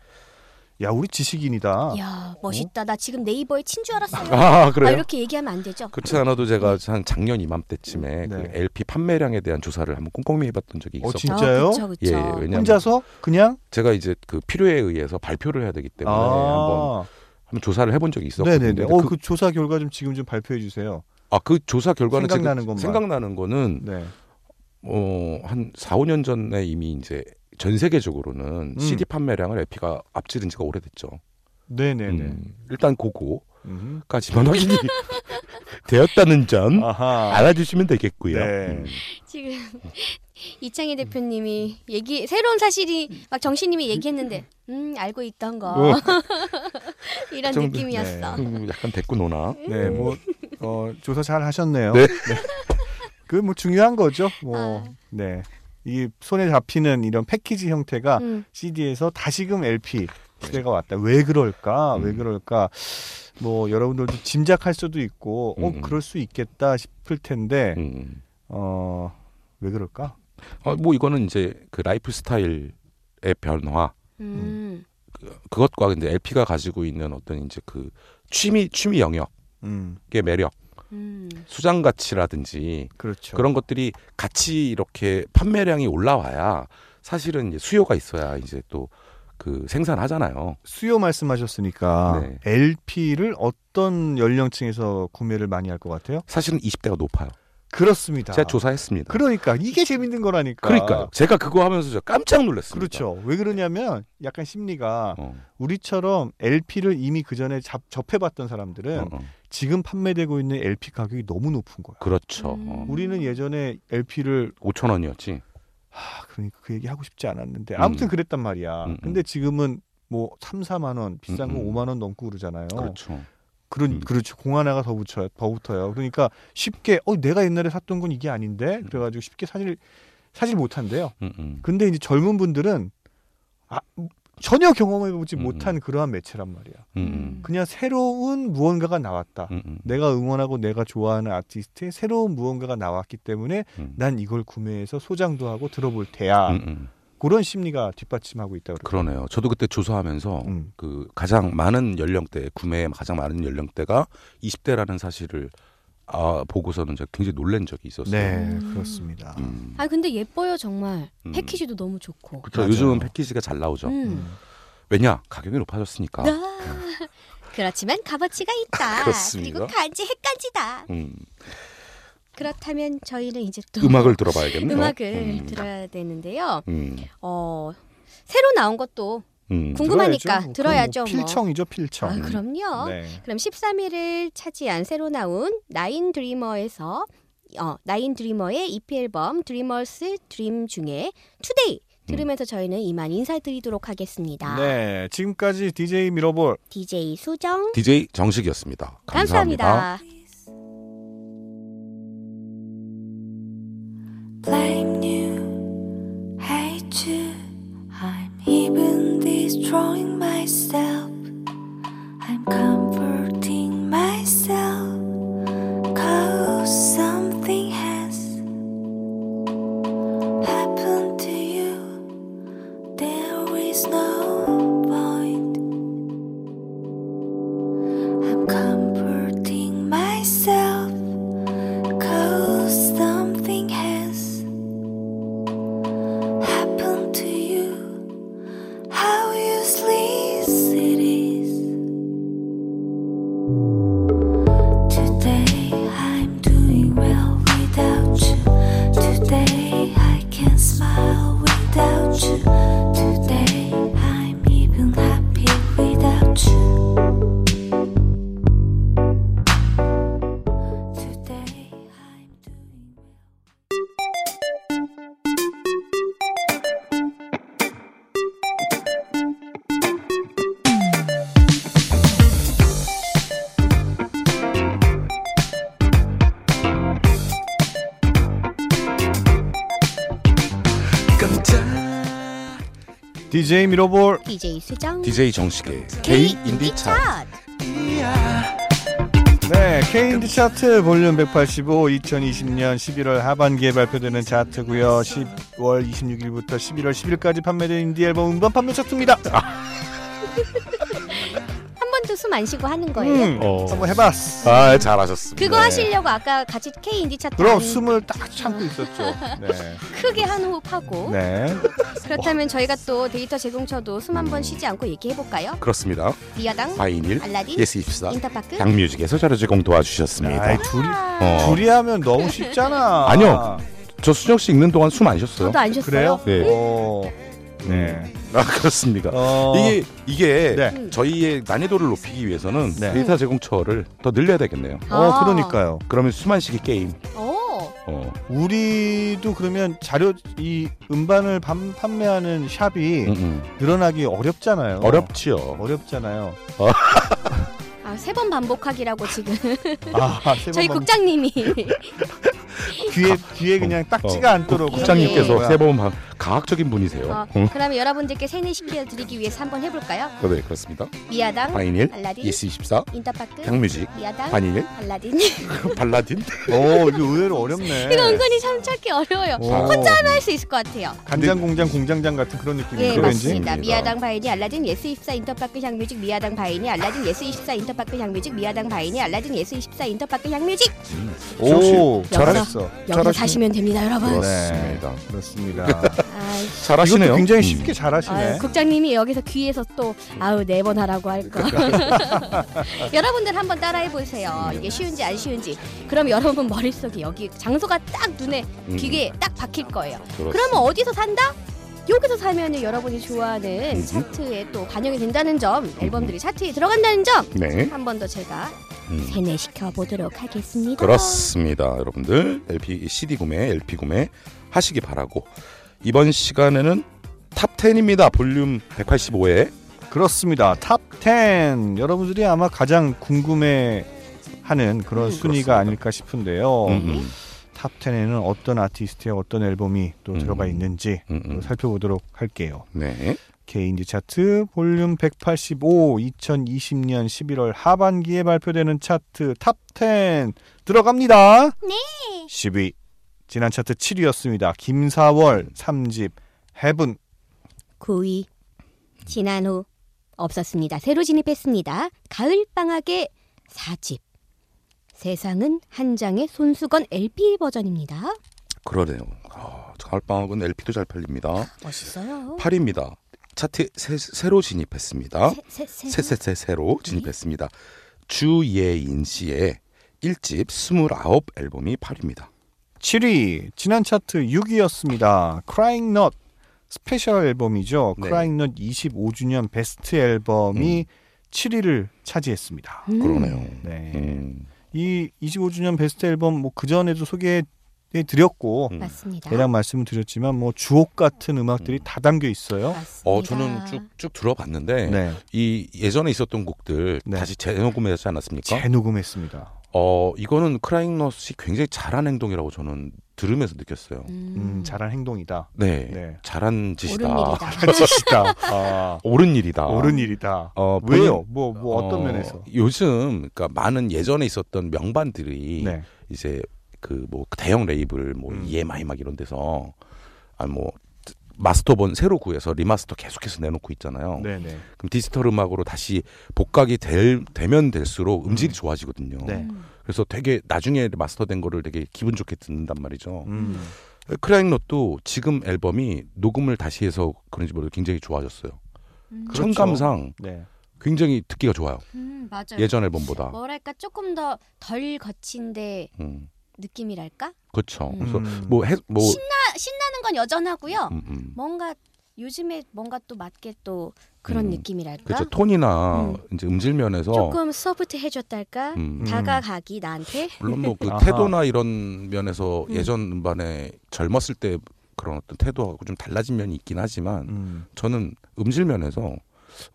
A: 야, 우리 지식인이다.
D: 야,
C: 멋있다. 나 지금 네이버에 친 줄 알았어요.
B: 아,
C: 아,
B: 그래요?
C: 이렇게 얘기하면 안 되죠.
B: 그렇지
D: 어,
B: 않아도 제가 한 작년 이맘때쯤에
A: 네.
B: 그 LP 판매량에 대한 조사를 한번 꼼꼼히 해봤던 적이
A: 어,
B: 있었고
A: 진- 진짜요?
D: 아, 그쵸, 그쵸.
B: 예, 예, 왜냐면
A: 혼자서 그냥
B: 제가 이제 그 필요에 의해서 발표를 해야 되기 때문에 한번, 한번 조사를 해본 적이 있었거든요.
A: 아. 네네네.
B: 근데
A: 어,
B: 그,
A: 그 조사 결과 좀 지금 좀 발표해 주세요.
B: 아, 그 조사 결과는
A: 생각나는
B: 제가
A: 것만.
B: 생각나는 거는
A: 네.
B: 어, 한 4, 5년 전에 이미 이제 전 세계적으로는
A: 음.
B: CD 판매량을 LP가 앞지른 지가 오래됐죠.
A: 네네네.
B: 음, 일단 그거까지만
A: 음.
B: 확인이 되었다는 점
A: 아하.
B: 알아주시면 되겠고요.
A: 네.
B: 음.
D: 지금 이창희 대표님이 얘기 새로운 사실이 막 정신님이 얘기했는데 음 알고 있던
A: 뭐,
D: 거 이런
B: 그 정도,
D: 느낌이었어.
B: 음, 약간 대꾸 노나. 음.
A: 네, 뭐 어, 조사 잘 하셨네요.
B: 네.
A: 그 뭐 중요한 거죠. 뭐
D: 아.
A: 네. 이 손에 잡히는 이런 패키지 형태가
D: 음.
A: CD에서 다시금 LP 시대가 왔다. 왜 그럴까? 왜
B: 네. 음.
A: 그럴까? 뭐 여러분들도 짐작할 수도 있고, 어
B: 음.
A: 그럴 수 있겠다 싶을 텐데,
B: 음.
A: 어 왜 그럴까?
B: 어, 뭐 이거는 이제 그 라이프 스타일의 변화
D: 음.
B: 그것과 근데 LP가 가지고 있는 어떤 이제 그 취미 취미 영역의
A: 음,
B: 매력,
D: 음.
B: 수장 가치라든지
A: 그렇죠.
B: 그런 것들이 같이 이렇게 판매량이 올라와야 사실은 이제 수요가 있어야 이제 또 그 생산하잖아요.
A: 수요 말씀하셨으니까
B: 네.
A: LP를 어떤 연령층에서 구매를 많이 할 것 같아요?
B: 사실은 20대가 높아요.
A: 그렇습니다.
B: 제가 조사했습니다.
A: 그러니까 이게 재밌는 거라니까.
B: 그러니까요. 제가 그거 하면서 제가 깜짝 놀랐습니다.
A: 그렇죠. 왜 그러냐면 약간 심리가
B: 어,
A: 우리처럼 LP를 이미 그 전에 잡- 접해봤던 사람들은
B: 어, 어.
A: 지금 판매되고 있는 LP 가격이 너무 높은 거야.
B: 그렇죠.
D: 음.
B: 어.
A: 우리는 예전에 LP를
B: 5천 원이었지.
A: 아, 그러니까 그 얘기 하고 싶지 않았는데
B: 음.
A: 아무튼 그랬단 말이야.
B: 음, 음.
A: 근데 지금은 뭐 3, 4만 원 비싼 거
B: 음, 음.
A: 5만 원 넘고 그러잖아요.
B: 그렇죠.
A: 그런
B: 음.
A: 그렇죠. 공 하나가 더 붙어요. 더 붙어요. 그러니까 쉽게 어 내가 옛날에 샀던 건 이게 아닌데 그래 가지고 쉽게 사질 사질 못한대요.
B: 음, 음.
A: 근데 이제 젊은 분들은 아, 전혀 경험해 보지
B: 음,
A: 못한 그러한 매체란 말이야.
B: 음, 음.
A: 그냥 새로운 무언가가 나왔다.
B: 음, 음.
A: 내가 응원하고 내가 좋아하는 아티스트의 새로운 무언가가 나왔기 때문에
B: 음.
A: 난 이걸 구매해서 소장도 하고 들어볼 테야.
B: 음, 음.
A: 그런 심리가 뒷받침하고 있다 그래요.
B: 그러네요. 저도 그때 조사하면서
A: 음.
B: 그 가장 많은 연령대 구매의 가장 많은 연령대가 20대라는 사실을 아, 보고서는 제가 굉장히 놀란 적이 있었어요.
A: 네,
D: 음.
A: 그렇습니다.
B: 음.
D: 아 근데 예뻐요 정말
B: 음.
D: 패키지도 너무 좋고.
B: 그렇죠.
A: 맞아요.
B: 요즘은 패키지가 잘 나오죠.
D: 음.
B: 왜냐? 가격이 높아졌으니까.
C: 아, 그렇지만 값어치가 있다.
B: 아, 그렇습니다.
C: 그리고 간지 핵간지다.
B: 음.
D: 그렇다면 저희는 이제 또
B: 음악을 들어봐야겠네요.
D: 음악을
B: 음.
D: 들어야 되는데요.
B: 음.
D: 어 새로 나온 것도
B: 음.
D: 궁금하니까 들어야죠.
A: 그건 뭐
D: 뭐.
A: 필청이죠,
D: 아,
A: 필청.
D: 그럼요.
A: 네.
D: 그럼 13일을 차지한 새로 나온 나인 드리머에서 어, 나인 드리머의 EP 앨범 드리머스 드림 중에 투데이 들으면서
B: 음.
D: 저희는 이만 인사드리도록 하겠습니다.
A: 네, 지금까지 DJ 미러볼
D: DJ 수정
B: DJ 정식이었습니다. 감사합니다.
D: 감사합니다.
F: blame you, hate you. I'm even destroying myself. I'm comforting myself. Cause something has happened to you. There is no point. I'm comforting myself. Cause something has happened to you. How useless it is. Today I'm doing well without you. Today I can smile without you. Today I'm even happy without you. Today I'm doing well.
A: DJ 미러볼
C: DJ 수정.
B: DJ 정식의
D: 음.
B: K 인디 차
A: 네, K인디 차트 볼륨 185 2020년 11월 하반기에 발표되는 차트고요. 10월 26일부터 11월 10일까지 판매된 인디 앨범 음반 판매 차트입니다.
D: 한 번도 숨 안 쉬고 하는 거예요.
B: 어.
A: 한번 해봤어.
B: 아, 잘하셨습니다.
D: 그거
A: 음. 네.
D: 하시려고 아까 같이 K 인디 차트
A: 그럼
D: 많이
A: 숨을 딱 참고 있었죠. 네.
D: 크게 한 호흡 하고
A: 네.
D: 그렇다면 저희가 또 데이터 제공처도 숨 한 번 쉬지 않고 얘기해 볼까요?
B: 그렇습니다.
D: 리아당
B: 바이닐
D: 알라딘
B: 예스24
D: 인터파크
B: 양뮤직에서 자료 제공 도와주셨습니다.
A: 아이, 둘이,
B: 어.
A: 둘이 하면 너무 쉽잖아.
B: 아니요. 저 수정 씨 읽는 동안 숨 안 쉬었어요.
D: 저도 안 쉬었어요.
A: 그래요?
B: 네.
A: 어, 네.
B: 네. 아, 그렇습니다.
A: 어,
B: 이게 이게
A: 네.
B: 저희의 난이도를 높이기 위해서는
A: 네.
B: 데이터 제공처를 더 늘려야 되겠네요.
A: 어,
D: 아.
A: 그러니까요.
B: 그러면 수만 시기 게임.
D: 오.
B: 어.
A: 우리도 그러면 자료 이 음반을 판- 판매하는 샵이
B: 음, 음.
A: 늘어나기 어렵잖아요.
B: 어렵지요.
A: 어렵잖아요.
D: 아, 세 번 반복하기라고 지금
A: 아, 세번
D: 저희
A: 반-
D: 국장님이
A: 귀에 귀에 그냥 딱지가 않도록
B: 어, 국장님께서
D: 네.
A: 하는 거야.
B: 세번 방 과학적인 분이세요.
D: 어,
B: 응?
D: 그러면 여러분들께 세뇌시켜 드리기 위해서 한번 해볼까요?
B: 네, 그렇습니다.
D: 미아당
B: 바이닐
D: 알라딘 음.
B: 예스24
D: 인터파크
B: 양뮤직
D: 미아당
B: 바이닐
D: 알라딘
B: 음, 발라딘
A: 어, 이거 의외로 어렵네.
D: 이거 은근히 참 찾기 어려워요.
A: 어.
D: 혼자 하면 할 수 있을 것 같아요.
A: 간장 공장 공장장 같은 그런 느낌인데
D: 예
B: 그런지?
A: 왠지.
D: 맞습니다.
B: 입니다.
D: 미아당 바이니 알라딘 예스 24 인터파크 향뮤직 미아당 바이니 알라딘 예스 24 인터파크 향뮤직 미아당 바이니 알라딘 예스 24 인터파크 향뮤직
A: 오,
B: 잘하-
A: 잘했어.
D: 여기서
A: 잘하시-
D: 사시면 됩니다, 여러분.
A: 네.
B: 그렇습니다.
A: 그렇습니다.
D: 아이,
A: 이것도
B: 잘하시네요.
A: 굉장히
B: 음.
A: 쉽게 잘하시네.
D: 아유, 어, 국장님이 여기서 귀에서 또 아우 네 번 하라고 할 거. 여러분들 한번 따라해 보세요. 이게 쉬운지 안 쉬운지. 그럼 여러분 머릿속에 여기 장소가 딱 눈에
B: 음.
D: 귀에 딱 박힐 거예요.
B: 그렇습니다.
D: 그러면 어디서 산다? 여기서 사면 여러분이 좋아하는
B: 음흠.
D: 차트에 또 반영이 된다는 점, 앨범들이 차트에 들어간다는 점.
B: 네.
D: 한 번 더 제가
B: 음.
D: 세뇌시켜 보도록 하겠습니다.
B: 그렇습니다. 여러분들 LP CD 구매, LP 구매 하시기 바라고 이번 시간에는 탑 10입니다. 볼륨 185에
A: 그렇습니다. 탑10 여러분들이 아마 가장 궁금해 하는 그런
B: 음,
A: 순위가
B: 그렇습니다.
A: 아닐까
D: 어.
A: 싶은데요.
B: 음,
A: 탑10에는 어떤 아티스트의 어떤 앨범이 또
B: 음.
A: 들어가 있는지
B: 음,
A: 또
B: 음.
A: 살펴보도록 할게요.
B: 네.
A: K인디 차트 볼륨 185 2020년 11월 하반기에 발표되는 차트 탑10 들어갑니다. 네. 10위 지난 차트 7위였습니다. 김사월 3집 헤븐
D: 그 9위 지난 후 없었습니다. 새로 진입했습니다. 가을 방학의 4집 세상은 한 장의 손수건 LP 버전입니다.
B: 그러네요. 아, 가을방학은 LP도 잘 팔립니다.
D: 멋있어요.
B: 8입니다. 차트 새, 새로 진입했습니다.
D: 세세
B: 새새새 새로 진입했습니다. 주예인 씨의 1집 29 앨범이 8입니다.
A: 7위 지난 차트 6위였습니다. Crying Not 스페셜 앨범이죠.
B: 네. 음.
A: Crying Not 25주년 베스트 앨범이 7위를 차지했습니다.
D: 음,
B: 그러네요.
A: 네.
B: 음.
A: 이 25주년 베스트 앨범 뭐 그전에도 소개해 드렸고
B: 음.
D: 네. 맞습니다.
A: 대략 말씀을 드렸지만 뭐 주옥 같은 음악들이 다 담겨 있어요.
D: 맞습니다.
B: 어, 저는 쭉, 쭉 들어봤는데
A: 네.
B: 이 예전에 있었던 곡들
A: 네.
B: 다시 재녹음하지 않았습니까?
A: 재녹음했습니다.
B: 어 이거는 크라잉넛이 굉장히 잘한 행동이라고 저는 들으면서 느꼈어요.
A: 음, 잘한 행동이다.
B: 네,
A: 네.
B: 잘한 짓이다.
D: 옳은 일이다.
A: 진짜 아,
B: 옳은 일이다.
A: 옳은 일이다.
B: 어,
A: 왜요?
B: 본인-
A: 뭐 뭐 어떤
B: 어,
A: 면에서?
B: 요즘 그러니까 많은 예전에 있었던 명반들이
A: 네.
B: 이제 그 뭐 대형 레이블 뭐
A: 음.
B: EMI 막 이런 데서 아뭐 마스터본 새로 구해서 리마스터 계속해서 내놓고 있잖아요.
A: 네, 네.
B: 그럼 디지털 음악으로 다시 복각이 될, 되면 될수록 음질이 좋아지거든요.
A: 네.
B: 그래서 되게 나중에 마스터된 거를 되게 기분 좋게 듣는단 말이죠.
A: 음.
B: 크라잉넛도 지금 앨범이 녹음을 다시 해서 그런지 모르도 굉장히 좋아졌어요.
A: 그렇죠.
B: 청감상
A: 네.
B: 굉장히 듣기가 좋아요.
D: 음, 맞아요.
B: 예전 앨범보다.
D: 뭐랄까 조금 더 덜 거친데
B: 음,
D: 느낌이랄까?
B: 그렇죠.
D: 음.
B: 그래서
A: 음.
B: 뭐, 해, 뭐
D: 아, 신나는 건 여전하고요.
B: 음, 음.
D: 뭔가 요즘에 뭔가 또 맞게 또 그런
B: 음.
D: 느낌이랄까?
B: 그렇죠. 톤이나
D: 음.
B: 이제 음질 면에서
D: 조금 서브트해졌달까?
B: 어. 음.
D: 다가가기 나한테
B: 물론 뭐 그
A: 아하.
B: 태도나 이런 면에서
D: 음.
B: 예전 음반에 젊었을 때 그런 어떤 태도하고 좀 달라진 면이 있긴 하지만
A: 음.
B: 저는 음질 면에서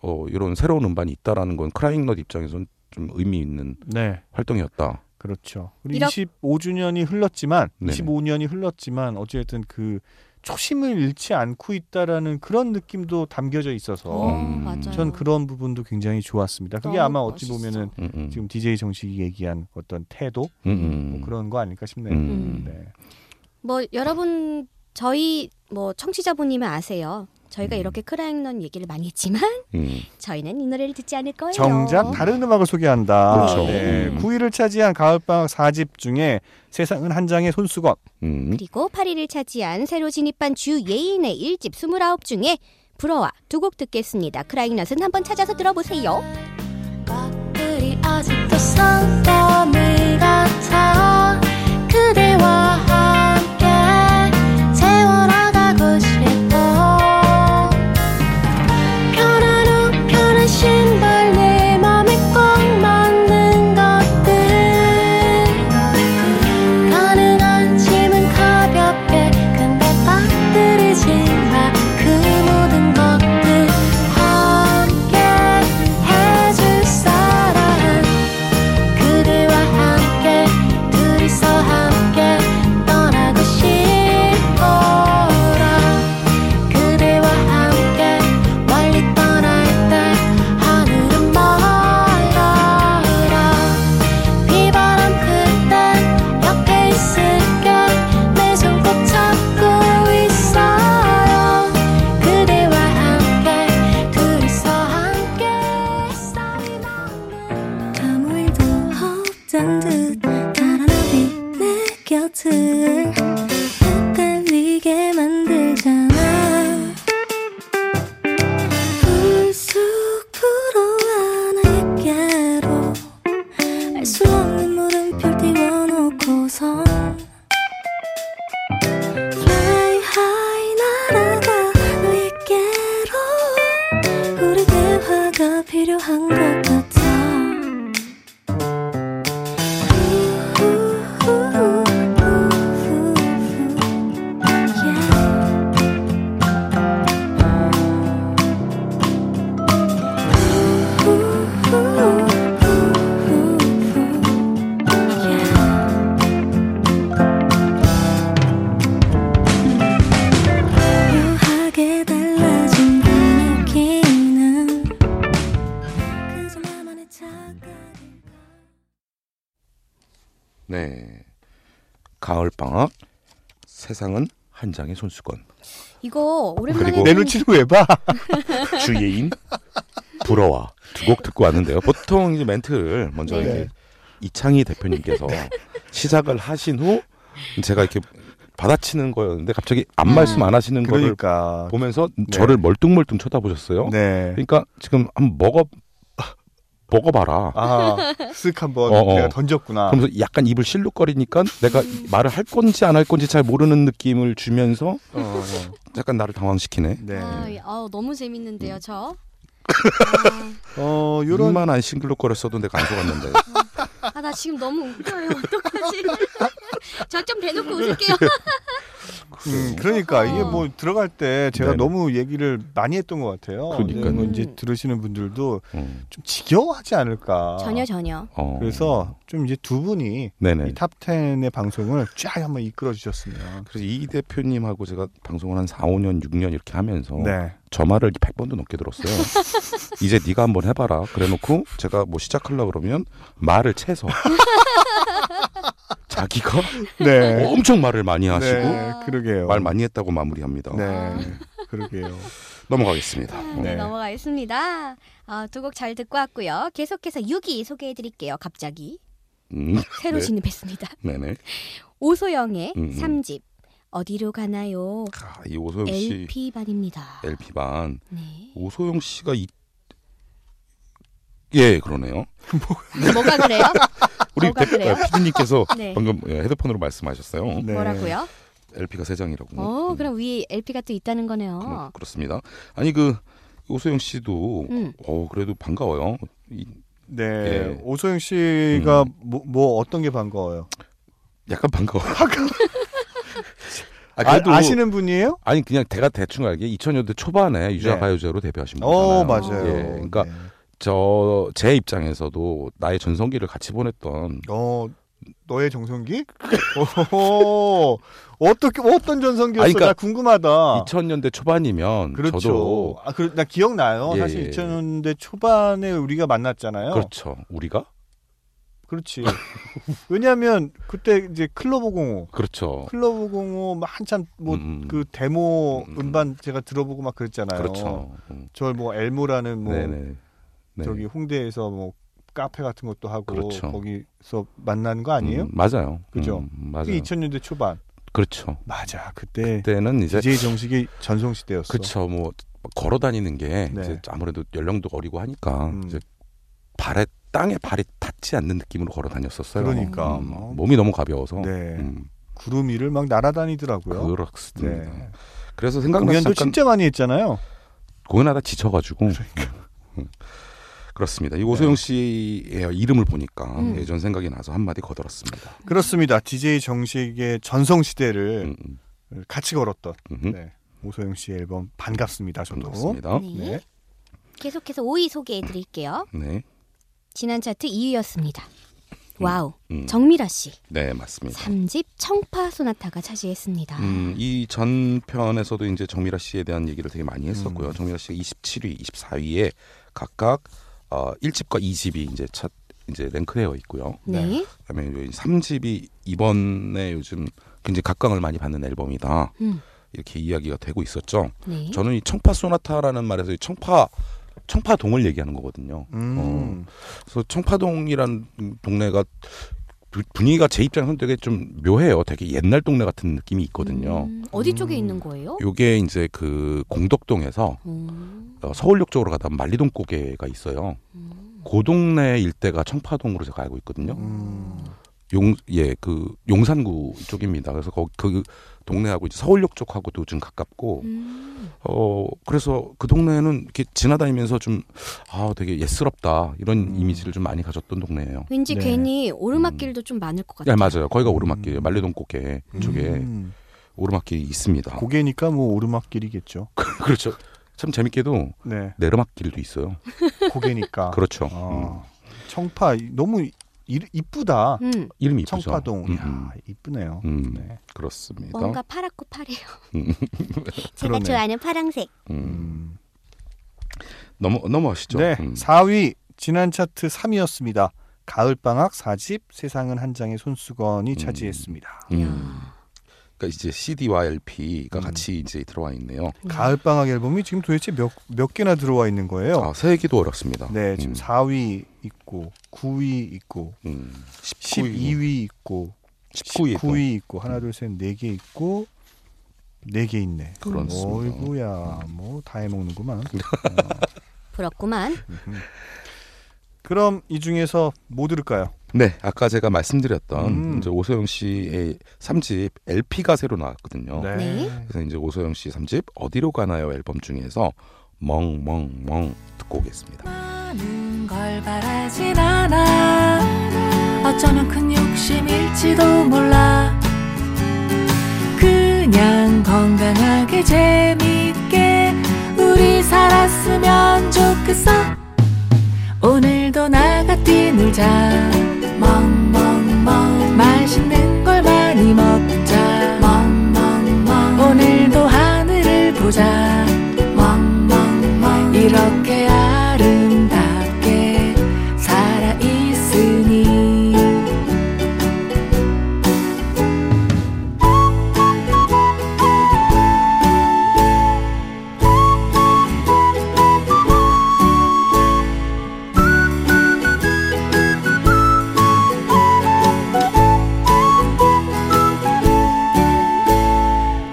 B: 어, 이런 새로운 음반이 있다라는 건 크라잉넛 입장에서는 좀 의미 있는
A: 네.
B: 활동이었다.
A: 그렇죠. 우리
D: 이렇-
A: 25주년이 흘렀지만
B: 네네.
A: 25년이 흘렀지만 어쨌든 그 초심을 잃지 않고 있다라는 그런 느낌도 담겨져 있어서
D: 어,
B: 음.
D: 맞아요.
A: 전 그런 부분도 굉장히 좋았습니다. 그게
D: 너무
A: 아마 어찌
D: 멋있어.
A: 보면은
B: 음, 음.
A: 지금 DJ 정식이 얘기한 어떤 태도
B: 음, 음.
A: 뭐 그런 거 아닐까 싶네요.
B: 음.
A: 네.
D: 뭐 여러분 저희 뭐 청취자분이면 아세요. 저희가
B: 음.
D: 이렇게 크라잉런 얘기를 많이 했지만
B: 음.
A: 네.
D: 저희는 이 노래를 듣지 않을 거예요.
A: 정작 다른 음악을 소개한다.
B: 그렇죠.
A: 네.
B: 음.
A: 9위를 차지한 가을방학 4집 중에 세상은 한 장의 손수건.
B: 음.
D: 그리고 8위를 차지한 새로 진입한 주 예인의 1집 29 중에 불어와 두 곡 듣겠습니다. 크라잉넛은 한번 찾아서 들어보세요.
F: 것들이 아직도 썸더미 같아 그대와 함께 채워나가고 싶어 편한 옷 편한 신발 내 맘에 꼭 맞는 것들 가능한 짐은 가볍게 근데 빠뜨리지 마 그 모든 것들 함께 해줄 사람 그대와 함께 두 헷갈리게 만들잖아 불쑥 불어와 나에게로 알 수 없는 물음표 띄워놓고선 Fly high 날아가 너에게로 우리 대화가 필요한 것 같아 묘하게 달라진 그 느낌은 그저 나만의 착각일까
B: 네. 가을 방학 세상은 한 장의 손수건.
D: 이거 오랜만에
B: 그리고
A: 내 눈치를 왜 봐?
B: 주예인 불어와 두 곡 듣고 왔는데요. 보통 이제 멘트를 먼저
A: 네.
B: 이제 이창희 대표님께서 시작을 하신 후 제가 이렇게 받아치는 거였는데 갑자기 아무 말씀 안 하시는 거를
A: 그러니까.
B: 보면서 저를 멀뚱멀뚱 쳐다보셨어요.
A: 네.
B: 그러니까 지금 한번 먹어 먹어봐라.
A: 아, 쓱 한번
B: 어, 어.
A: 내가 던졌구나.
B: 그러면서 약간 입을 실룩거리니까 내가 말을 할 건지 안 할 건지 잘 모르는 느낌을 주면서
A: 어, 어.
B: 약간 나를 당황시키네.
A: 네.
D: 아, 예. 아우, 너무 재밌는데요, 저.
A: 어,
B: 요런...
A: 요런
B: 입만 안 싱글룩거렸어도 내가 안 속았는데.
D: 아, 나 지금 너무 웃겨요. 어떡하지? 저 좀 대놓고 웃을게요.
A: 음, 그러니까 이게 뭐
D: 아.
A: 들어갈 때 제가
B: 네네.
A: 너무 얘기를 많이 했던 것 같아요.
B: 그러니까요.
A: 근데 뭐 이제 들으시는 분들도
B: 음,
A: 좀 지겨워하지
B: 아.
A: 않을까.
D: 전혀, 전혀.
B: 어.
A: 그래서 좀 이제 두 분이
B: 네네.
A: 이 탑 10의 방송을 쫙 한번 이끌어 주셨으면.
B: 그래서 이 대표님하고 제가 방송을 한 4, 5년, 6년 이렇게 하면서
A: 네.
B: 저 말을 100번도 넘게 들었어요. 이제 네가 한번 해봐라. 그래놓고 제가 뭐 시작하려 그러면 말을 채서 자기가
A: 네.
B: 엄청 말을 많이 하시고
A: 네. 그러게요.
B: 어, 말 많이 했다고 마무리합니다.
A: 네. 그러게요.
B: 넘어가겠습니다. 어.
A: 네.
D: 넘어가겠습니다. 아, 두 곡 잘 듣고 왔고요. 계속해서 6위 소개해드릴게요, 갑자기.
B: 음,
D: 새로
B: 네.
D: 진입했습니다.
B: 네네.
D: 오소영의
B: 음, 음.
D: 삼 3집. 어디로 가나요?
B: 아, 이 오소영 씨
D: LP반입니다.
B: LP 반
D: 네.
B: 오소영 씨가 이... 예 그러네요.
D: 뭐가 그래요?
B: 우리
D: 뭐가
B: 대,
D: 그래요?
B: 아, 피디님께서
D: 네.
B: 방금 예, 헤드폰으로 말씀하셨어요.
A: 네.
D: 뭐라고요?
B: LP가 세 장이라고.
D: 어,
B: 음,
D: 그럼 위에 LP가 또 있다는
B: 뭐 그렇-
D: 거네요.
B: 그렇습니다. 아니 그 오소영 씨도
D: 음.
B: 어 그래도 반가워요. 이,
A: 네.
B: 예. 음.
A: 오소영 씨가 뭐, 뭐 어떤 게 반가워요?
B: 약간 반가워. 아,
A: 아,
B: 그래도 아,
A: 아시는 분이에요?
B: 니 그냥 대가 대충 알게 2000년대 초반에 유자
A: 네.
B: 가요제로 데뷔하신 분이잖아요.
A: 어, 맞아요.
B: 예, 그러니까
A: 네.
B: 저 제 입장에서도 나의 전성기를 같이 보냈던
A: 어 너의 정성기? 오, 어떻게 어떤 전성기였어?
B: 아니, 그러니까
A: 나 궁금하다.
B: 2000년대 초반이면
A: 그렇죠.
B: 저도
A: 아, 그, 나 기억나요.
B: 예,
A: 사실
B: 예.
A: 2000년대 초반에 우리가 만났잖아요.
B: 그렇죠. 우리가
A: 그렇, 지 왜냐하면 그때 이제 클럽 505,
B: 그렇죠.
A: 클럽 505 한참 뭐 그
B: 음, 음.
A: 데모
B: 음, 음.
A: 음반 제가 들어보고 막 그랬잖아요.
B: 그렇죠. 음.
A: 저뭐 엘모라는 어, 뭐
B: 네네. 네.
A: 저기 홍대에서 뭐 카페 같은 것도 하고
B: 그렇죠.
A: 거기서 만난 거 아니에요?
B: 음, 맞아요.
A: 그죠?
B: 음, 맞아요.
A: 그게 2000년대 초반.
B: 그렇죠.
A: 맞아. 그때
B: 그때는 이제
A: DJ 정식이 전성 시대였어.
B: 그렇죠. 뭐 걸어 다니는 게
A: 네.
B: 이제 아무래도 연령도 어리고 하니까
A: 음.
B: 이제 발에 땅에 발이 닿지 않는 느낌으로 걸어 다녔었어요. 음,
A: 그러니까. 어.
B: 몸이 너무 가벼워서
A: 네.
B: 음,
A: 구름 위를 막 날아다니더라고요.
B: 그렇습니다.
A: 네.
B: 그래서 생각나서 음. 잠깐
A: 공연도 진짜 많이 했잖아요.
B: 공연하다 지쳐가지고
A: 그러니까.
B: 음. 그렇습니다. 이 오소영 씨의 이름을 보니까
D: 음.
B: 예전 생각이 나서 한 마디 거들었습니다.
A: 그렇습니다. DJ 정식의 전성 시대를
B: 음, 음,
A: 같이 걸었던
B: 음,
A: 네. 오소영 씨의 앨범 반갑습니다. 저도.
B: 그렇습니다.
D: 네.
A: 네.
D: 계속해서 5위 소개해드릴게요.
B: 네,
D: 지난 차트 2위였습니다. 와우.
B: 음,
D: 정미라 씨.
B: 네 맞습니다.
D: 3집 청파 소나타가 차지했습니다.
B: 음, 이 전편에서도 이제 정미라 씨에 대한 얘기를 되게 많이 했었고요. 정미라 씨가 27위, 24위에 각각 어, 1집과 2집이 이제 차 이제 랭크되어 있고요.
D: 네.
B: 그다음에 3집이 이번에 요즘 굉장히 각광을 많이 받는 앨범이다.
D: 음.
B: 이렇게 이야기가 되고 있었죠.
D: 네.
B: 저는 이 청파 소나타라는 말에서 이 청파 청파동을 얘기하는 거거든요.
A: 음.
B: 그래서 청파동이라는 동네가 부- 분위기가 제 입장에서는 되게 좀 묘해요. 되게 옛날 동네 같은 느낌이 있거든요.
D: 음, 어디 쪽에
A: 음.
D: 있는 거예요?
B: 요게 이제 그 공덕동에서
D: 음,
B: 어, 서울역 쪽으로 가다 보면 만리동 고개가 있어요.
D: 음.
B: 그 동네 일대가 청파동으로 제가 알고 있거든요.
A: 음.
B: 용, 예, 그 용산구 쪽입니다. 그래서 거기 그 동네하고 이제 서울역 쪽하고도 좀 가깝고,
D: 음.
B: 어, 그래서 그 동네는 이렇게 지나다니면서 좀, 아, 되게 예스럽다. 이런
A: 음.
B: 이미지를 좀 많이 가졌던 동네예요.
D: 왠지
A: 네.
D: 괜히 오르막길도 좀 많을 것
B: 예,
D: 같아요.
B: 맞아요. 거기가 오르막길,
A: 음.
B: 만리동 고개 쪽에
A: 음.
B: 오르막길이 있습니다.
A: 고개니까 뭐 오르막길이겠죠.
B: 그렇죠. 참 재밌게도
A: 네,
B: 내리막길도 있어요.
A: 고개니까.
B: 그렇죠.
A: 아,
B: 음.
A: 청파 너무 이- 이쁘다.
D: 음,
B: 이름이 이쁘죠.
A: 청파동.
B: 음, 음.
A: 야, 이쁘네요.
B: 음.
A: 네.
B: 그렇습니다.
C: 뭔가 파랗고 파래요.
B: 음.
C: 제가
A: 그러네.
C: 좋아하는 파랑색.
B: 음.
A: 음.
B: 넘어 넘어가시죠.
A: 네,
B: 음.
A: 4위 지난 차트 3위였습니다. 가을 방학 4집 세상은 한 장의 손수건이 차지했습니다.
B: 음.
D: 야.
B: 그러니까 이제 CD와 LP가
A: 음.
B: 같이 이제 들어와 있네요.
D: 음.
A: 가을 방학 앨범이 지금 도대체 몇, 몇 개나 들어와 있는 거예요?
B: 아, 세기도 어렵습니다.
A: 네, 지금
B: 음.
A: 4위 있고 9위 있고
B: 음. 19위,
A: 12위 있고
B: 19위,
A: 9위 있고 하나 둘셋네개 있고 네 개 있네.
B: 그렇습니다. 음. 네.
A: 어이구야, 뭐 다 해먹는구만.
D: 부럽구만.
A: 그럼 이 중에서 뭐 들을까요?
B: 네, 아까 제가 말씀드렸던
A: 음.
B: 이제 오소영 씨의 3집 LP가 새로 나왔거든요.
D: 네.
B: 그래서 이제 오소영 씨 3집 어디로 가나요 앨범 중에서 멍멍멍 듣고 오겠습니다.
F: 많은 걸 바라진 않아 어쩌면 큰 욕심일지도 몰라 그냥 건강하게 재밌게 우리 살았으면 좋겠어 오늘도 나같이 놀자 멍멍멍 맛있는 걸 많이 먹자 멍멍멍 오늘도 하늘을 보자 멍멍멍 이렇게 아름답게 살아 있으니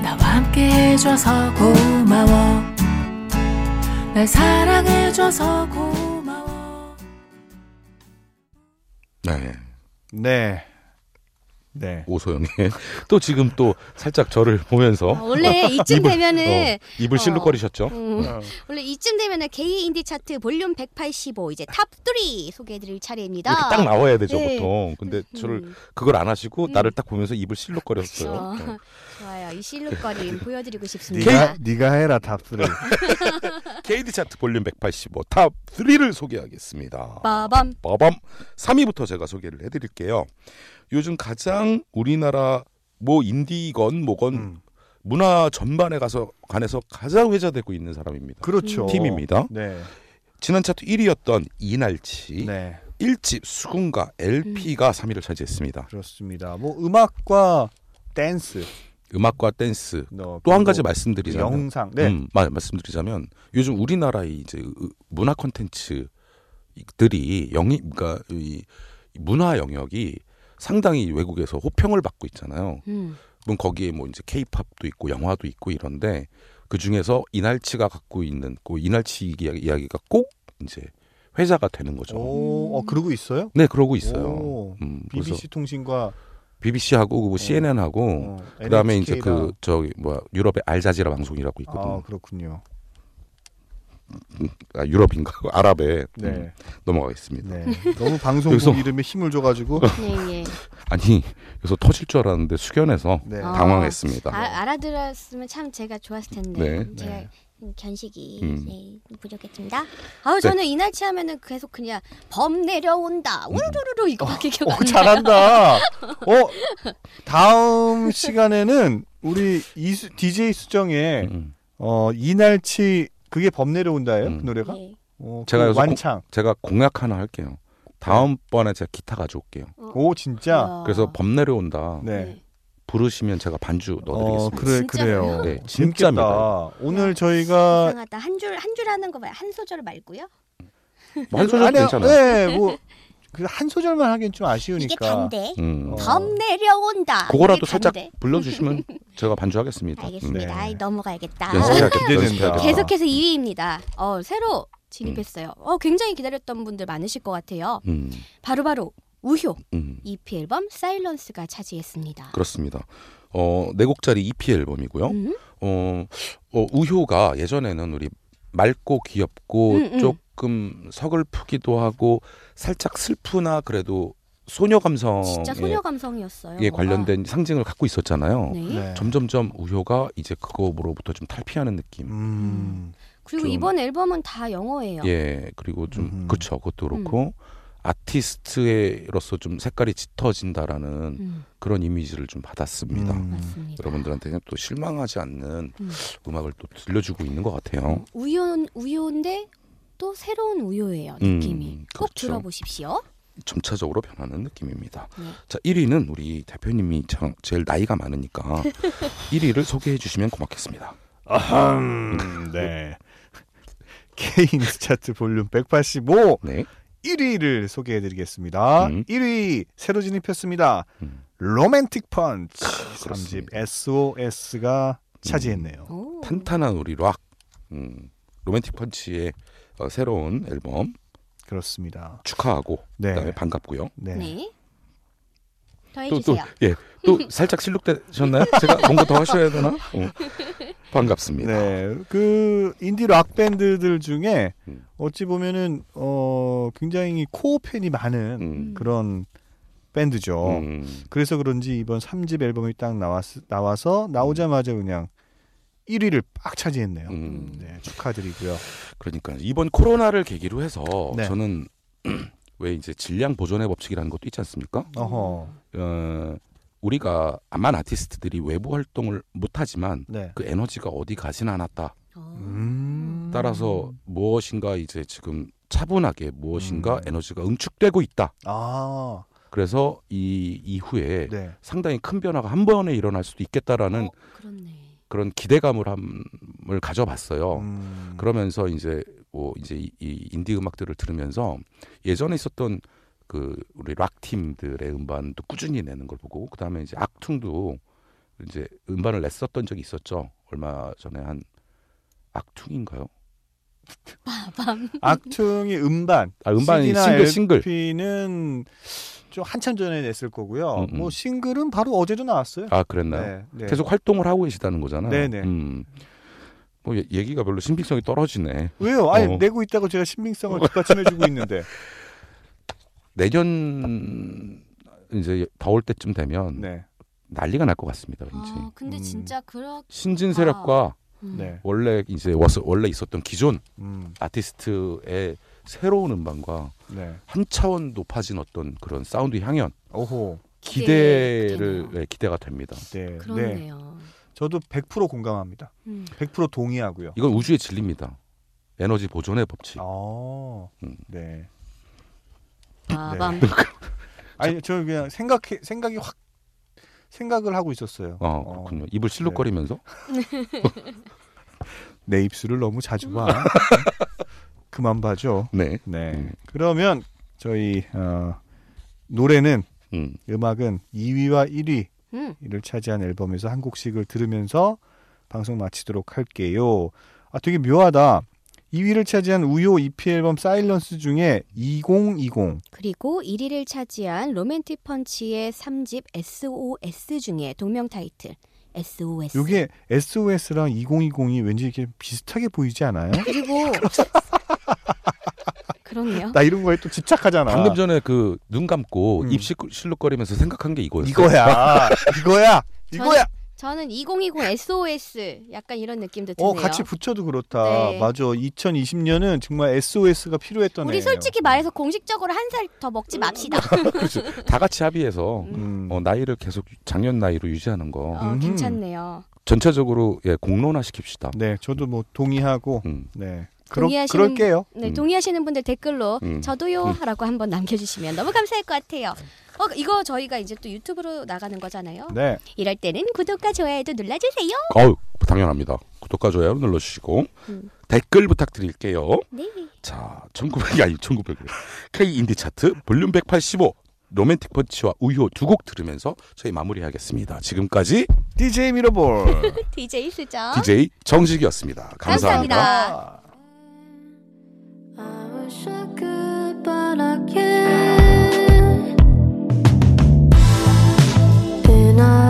F: 나와 함께 해줘서 고마워 날 사랑해줘서 고마워
B: 네,
A: 네. 네.
B: 오소영의 또 지금 또 살짝 저를
C: 어.
B: 보면서
D: 아, 원래 이쯤
B: 입을-
D: 되면은
B: 어, 입을
D: 어.
B: 실룩거리셨죠?
D: 음,
A: 네.
D: 원래 이쯤 되면은 K 인디 차트 볼륨 185 이제 탑 3 소개해드릴 차례입니다.
B: 이렇게 딱 나와야 되죠
D: 네.
B: 보통. 근데 저를
D: 음,
B: 그걸 안 하시고
D: 음.
B: 나를 딱 보면서 입을 실룩거렸어요.
D: 어.
B: 어.
D: 좋아요. 이 실룩거림 보여드리고 싶습니다.
A: 네가 네가 해라 답을.
B: KD 차트 볼륨 185탑 3를 소개하겠습니다.
D: 빠밤.
B: 빠밤 3위부터 제가 소개를 해드릴게요. 요즘 가장 우리나라 뭐 인디건 뭐건
A: 음.
B: 문화 전반에 가서 관해서 가장 회자되고 있는 사람입니다.
A: 그렇죠.
B: 팀입니다.
A: 네.
B: 지난 차트 1위였던 이날치
A: 네.
B: 1집 수군가 LP가 3위를 차지했습니다.
A: 그렇습니다. 뭐 음악과 댄스.
B: 음악과 댄스
A: 또
B: 또 한
A: 한
B: 가지 말씀드리자면
A: 영상. 네.
B: 음, 마- 말씀드리자면 요즘 우리나라의 이제 으- 문화 콘텐츠들이 영입 그러니까 이 문화 영역이 상당히 외국에서 호평을 받고 있잖아요.
D: 음.
B: 물론 거기에 뭐 이제 케이팝도 있고 영화도 있고 이런데 그 중에서 이날치가 갖고 있는 그 이날치 이야- 이야기가 꼭 이제 회자가 되는 거죠.
A: 오, 어 그러고 있어요?
B: 네, 그러고 있어요.
A: 오.
B: 음, 그래서
A: BBC 통신과
B: BBC하고 CNN하고
A: 어,
B: 그다음에 이제
A: NHK
B: 그
A: 랑.
B: 저기 뭐야 유럽의 알자지라 방송이라고
A: 아
B: 있거든요.
A: 그렇군요.
B: 아, 유럽인가 아랍에
A: 네,
B: 음, 넘어가겠습니다.
A: 네. 너무 방송국
B: 여기서- 어.
A: 이름에 힘을 줘가지고
B: 아,
D: 네, 예.
B: 아니 그래서 터질 줄 알았는데 수견해서
A: 네.
D: 아.
B: 당황했습니다.
D: 아, 알아들었으면 참 제가 좋았을 텐데.
B: 네.
D: 제가 네,
A: 네.
C: 견식이
B: 음. 네.
C: 예, 부족했습니다.
D: 아우 저는 이날치 하면은 계속 그냥 범 내려온다
B: 음.
D: 울루루루 이거밖에 기억
A: 어,
D: 안 나요.
A: 잘한다. 어 다음 시간에는 우리 이수, DJ 수정의
B: 음.
A: 어 이날치 그게 범 내려온다예요
B: 음.
A: 그 노래가.
D: 네.
C: 예.
A: 어,
B: 제가
A: 그
B: 여기서
A: 완창.
B: 제가 공약 하나 할게요. 다음 번에 제가 기타 가져올게요.
A: 오 진짜.
D: 어?
C: 아.
D: 와.
B: 그래서 범 내려온다
A: 네.
B: 부르시면 제가 반주
A: 어
B: 넣어드리겠습니다.
A: 그래
D: 진짜로요?
A: 그래요.
B: 네,
A: 재밌겠다.
B: 진짜입니다.
A: 오늘 저희가
C: 이상하다. 한 줄 한 줄 하는 거 봐요. 한 소절 말고요.
B: 뭐 한 소절
A: 그- 아니야,
B: 괜찮아. 요
A: 네, 뭐 그 한 소절만 하기엔 좀 아쉬우니까.
C: 이게 단데.
B: 음.
A: 어.
C: 덤 내려온다.
B: 그거라도
C: 이게
B: 살짝
C: 단데.
B: 불러주시면 제가 반주하겠습니다.
C: 알겠습니다.
A: 네.
C: 아이, 넘어가야겠다.
A: 연습해야
B: 연습해야겠다.
A: 기대된다.
B: 연습해야겠다.
D: 계속해서 2위입니다. 어, 새로 진입했어요. 어, 굉장히 기다렸던 분들 많으실 것 같아요.
B: 음,
D: 바로바로 우효
B: 음,
D: EP E 앨범 사일런스가 차지했습니다.
B: 그렇습니다. 어, 네 곡짜리 EP 앨범이고요.
D: 음?
B: 어, 어, 우효가 예전에는 우리 맑고 귀엽고
D: 음, 음.
B: 조금 서글프기도 하고 살짝 슬프나 그래도 소녀 감성에
D: 진짜 소녀 감성이었어요.
B: 어, 예,
D: 뭔가.
B: 관련된 상징을 갖고 있었잖아요.
D: 네.
A: 네.
B: 점점점 우효가 이제 그거로부터 좀 탈피하는 느낌.
A: 음.
D: 그리고
B: 좀-
D: 이번 앨범은 다 영어예요.
B: 예, 그리고 좀
A: 음.
B: 그쵸 그것도 그렇고 아티스트로서 좀 색깔이 짙어진다라는
D: 음,
B: 그런 이미지를 좀 받았습니다.
A: 음.
D: 맞습니다.
B: 여러분들한테 또 실망하지 않는
D: 음.
B: 음. 악을또 들려주고 있는 것 같아요.
D: 우효 우효인데 또 새로운 우효예요.
B: 음,
D: 느낌이. 꼭
B: 그렇죠.
D: 들어보십시오.
B: 점차적으로 변하는 느낌입니다.
D: 네.
B: 자, 1위는 우리 대표님이 참 제일 나이가 많으니까 1위를 소개해 주시면 고맙겠습니다.
A: 아흠. 네. 케인스 차트 볼륨 185
B: 네.
A: 1위를 소개해드리겠습니다.
B: 음.
A: 1위 새로 진입했습니다.
B: 음. 아,
A: 로맨틱 펀치
B: 그렇습니다.
A: 3집 SOS가 차지했네요.
D: 오.
B: 탄탄한 우리 락 음, 로맨틱 펀치의 어, 새로운 앨범
A: 그렇습니다.
B: 축하하고
A: 네.
B: 그다음에 반갑고요.
A: 네.
D: 네. 더
B: 또 또
D: 해주세요.
B: 예. 또 살짝 실룩되셨나요? 제가 뭔가 더 하셔야 되나? 어. 반갑습니다.
A: 네, 그 인디 락 밴드들 중에
B: 음.
A: 어찌 보면은 어 굉장히 코어 팬이 많은
B: 음.
A: 그런 밴드죠.
B: 음.
A: 그래서 그런지 이번 3집 앨범이 딱 나왔, 나와서 나오자마자 그냥 1위를 빡 차지했네요.
B: 음.
A: 네, 축하드리고요.
B: 그러니까 이번 코로나를 계기로 해서
A: 네.
B: 저는 왜 이제 질량 보존의 법칙이라는 것도 있지 않습니까?
A: 어허.
B: 어, 우리가 암만 아티스트들이 외부 활동을 못하지만
A: 네.
B: 그 에너지가 어디 가진 않았다.
D: 어.
A: 음.
B: 따라서 무엇인가 이제 지금 차분하게 무엇인가
A: 음.
B: 에너지가 응축되고 있다.
A: 아,
B: 그래서 이 이후에
A: 네.
B: 상당히 큰 변화가 한 번에 일어날 수도 있겠다라는
D: 어, 그렇네.
B: 그런 기대감을 함을 가져봤어요.
A: 음.
B: 그러면서 이제 뭐 이제 이, 이 인디 음악들을 들으면서 예전에 있었던 그 우리 락 팀들의 음반도 꾸준히 내는 걸 보고 그다음에 이제 악퉁도 이제 음반을 냈었던 적이 있었죠. 얼마 전에 한 악퉁인가요?
A: 악퉁이 음반,
B: 아 음반이
A: CD나
B: 싱글 싱글.
A: LP는 좀 한참 전에 냈을 거고요.
B: 음, 음.
A: 뭐 싱글은 바로 어제도 나왔어요.
B: 아 그랬나요?
A: 네, 네.
B: 계속 활동을 하고 계시다는 거잖아요.
A: 네네.
B: 음. 뭐 얘- 얘기가 별로 신빙성이 떨어지네.
A: 왜요? 아니
B: 어.
A: 내고 있다고 제가 신빙성을 뒷받침해주고 있는데.
B: 내년 이제 더울 때쯤 되면
A: 네,
B: 난리가 날 것 같습니다. 왠지
D: 아, 근데
A: 음.
D: 진짜 그렇
B: 신진 세력과
D: 음.
A: 네.
B: 원래 이제 워스- 원래 있었던 기존
A: 음,
B: 아티스트의 새로운 음반과
A: 네.
B: 한 차원 높아진 어떤 그런 사운드 향연
A: 오호.
B: 기대를
D: 기대되네요.
B: 예, 기대가 됩니다.
A: 네, 네.
D: 그렇네요.
A: 저도 100% 공감합니다.
D: 음.
A: 100% 동의하고요.
B: 이건 우주의 진리입니다. 에너지 보존의 법칙.
A: 아,
B: 음.
A: 네.
B: 네.
D: 빠밤.
A: 아니 저 그냥 생각해 생각이 확 생각을 하고 있었어요.
B: 어 그렇군요. 입을 실룩거리면서
A: 어, 내 입술을 너무 자주 봐. 그만 봐줘.
B: 네.
A: 네.
B: 음.
A: 그러면 저희 어, 노래는
B: 음.
A: 음악은 2위와
D: 음.
A: 1위를 차지한 앨범에서 한 곡씩을 들으면서 방송 마치도록 할게요. 아 되게 묘하다. 2위를 차지한 우요 EP 앨범 사일런스 중에 2020
D: 그리고 1위를 차지한 로맨틱 펀치의 3집 SOS 중에 동명 타이틀 SOS.
A: 요게 SOS랑 2020이 왠지 이렇게 비슷하게 보이지 않아요?
D: 그리고 그렇네요.
A: 나 이런 거에 또 집착하잖아.
B: 방금 전에 그 눈 감고
A: 음.
B: 입 실- 실룩거리면서 생각한 게 이거였어요.
A: 이거야, 이거야, 이거야.
D: 저는 2020 SOS 약간 이런 느낌도 드네요.
A: 어 같이 붙여도 그렇다.
D: 네.
A: 맞아. 2020년은 정말 SOS가 필요했던 음.
D: 우리
A: 해예요.
D: 솔직히 말해서 공식적으로 한 살 더 먹지 맙시다.
B: 그렇죠. 다 같이 합의해서
A: 음.
B: 어, 나이를 계속 작년 나이로 유지하는 거
D: 어,
A: 음.
D: 괜찮네요.
B: 전체적으로 예, 공론화 시킵시다.
A: 네, 저도 뭐 동의하고
B: 음.
A: 네. 그러,
D: 동의하시는
A: 그럴게요.
D: 네,
B: 음.
D: 동의하시는 분들 댓글로
B: 음.
D: 저도요
B: 음.
D: 하라고 한번 남겨주시면 너무 감사할 것 같아요. 어, 이거 저희가 이제 또 유튜브로 나가는 거잖아요.
A: 네.
D: 이럴 때는 구독과 좋아요도 눌러주세요.
B: 어우, 당연합니다. 구독과 좋아요 눌러주시고 댓글 부탁드릴게요.
C: 네.
B: 자, 1900이 아니 1900. K 인디 차트 볼륨 185 로맨틱 펀치와 우효 두 곡 들으면서 저희 마무리하겠습니다. 지금까지
A: DJ 미러볼.
C: DJ 수정.
B: DJ 정식이었습니다. 아. 감사합니다.
C: 감사합니다.
F: I wish I could, but I can't. And I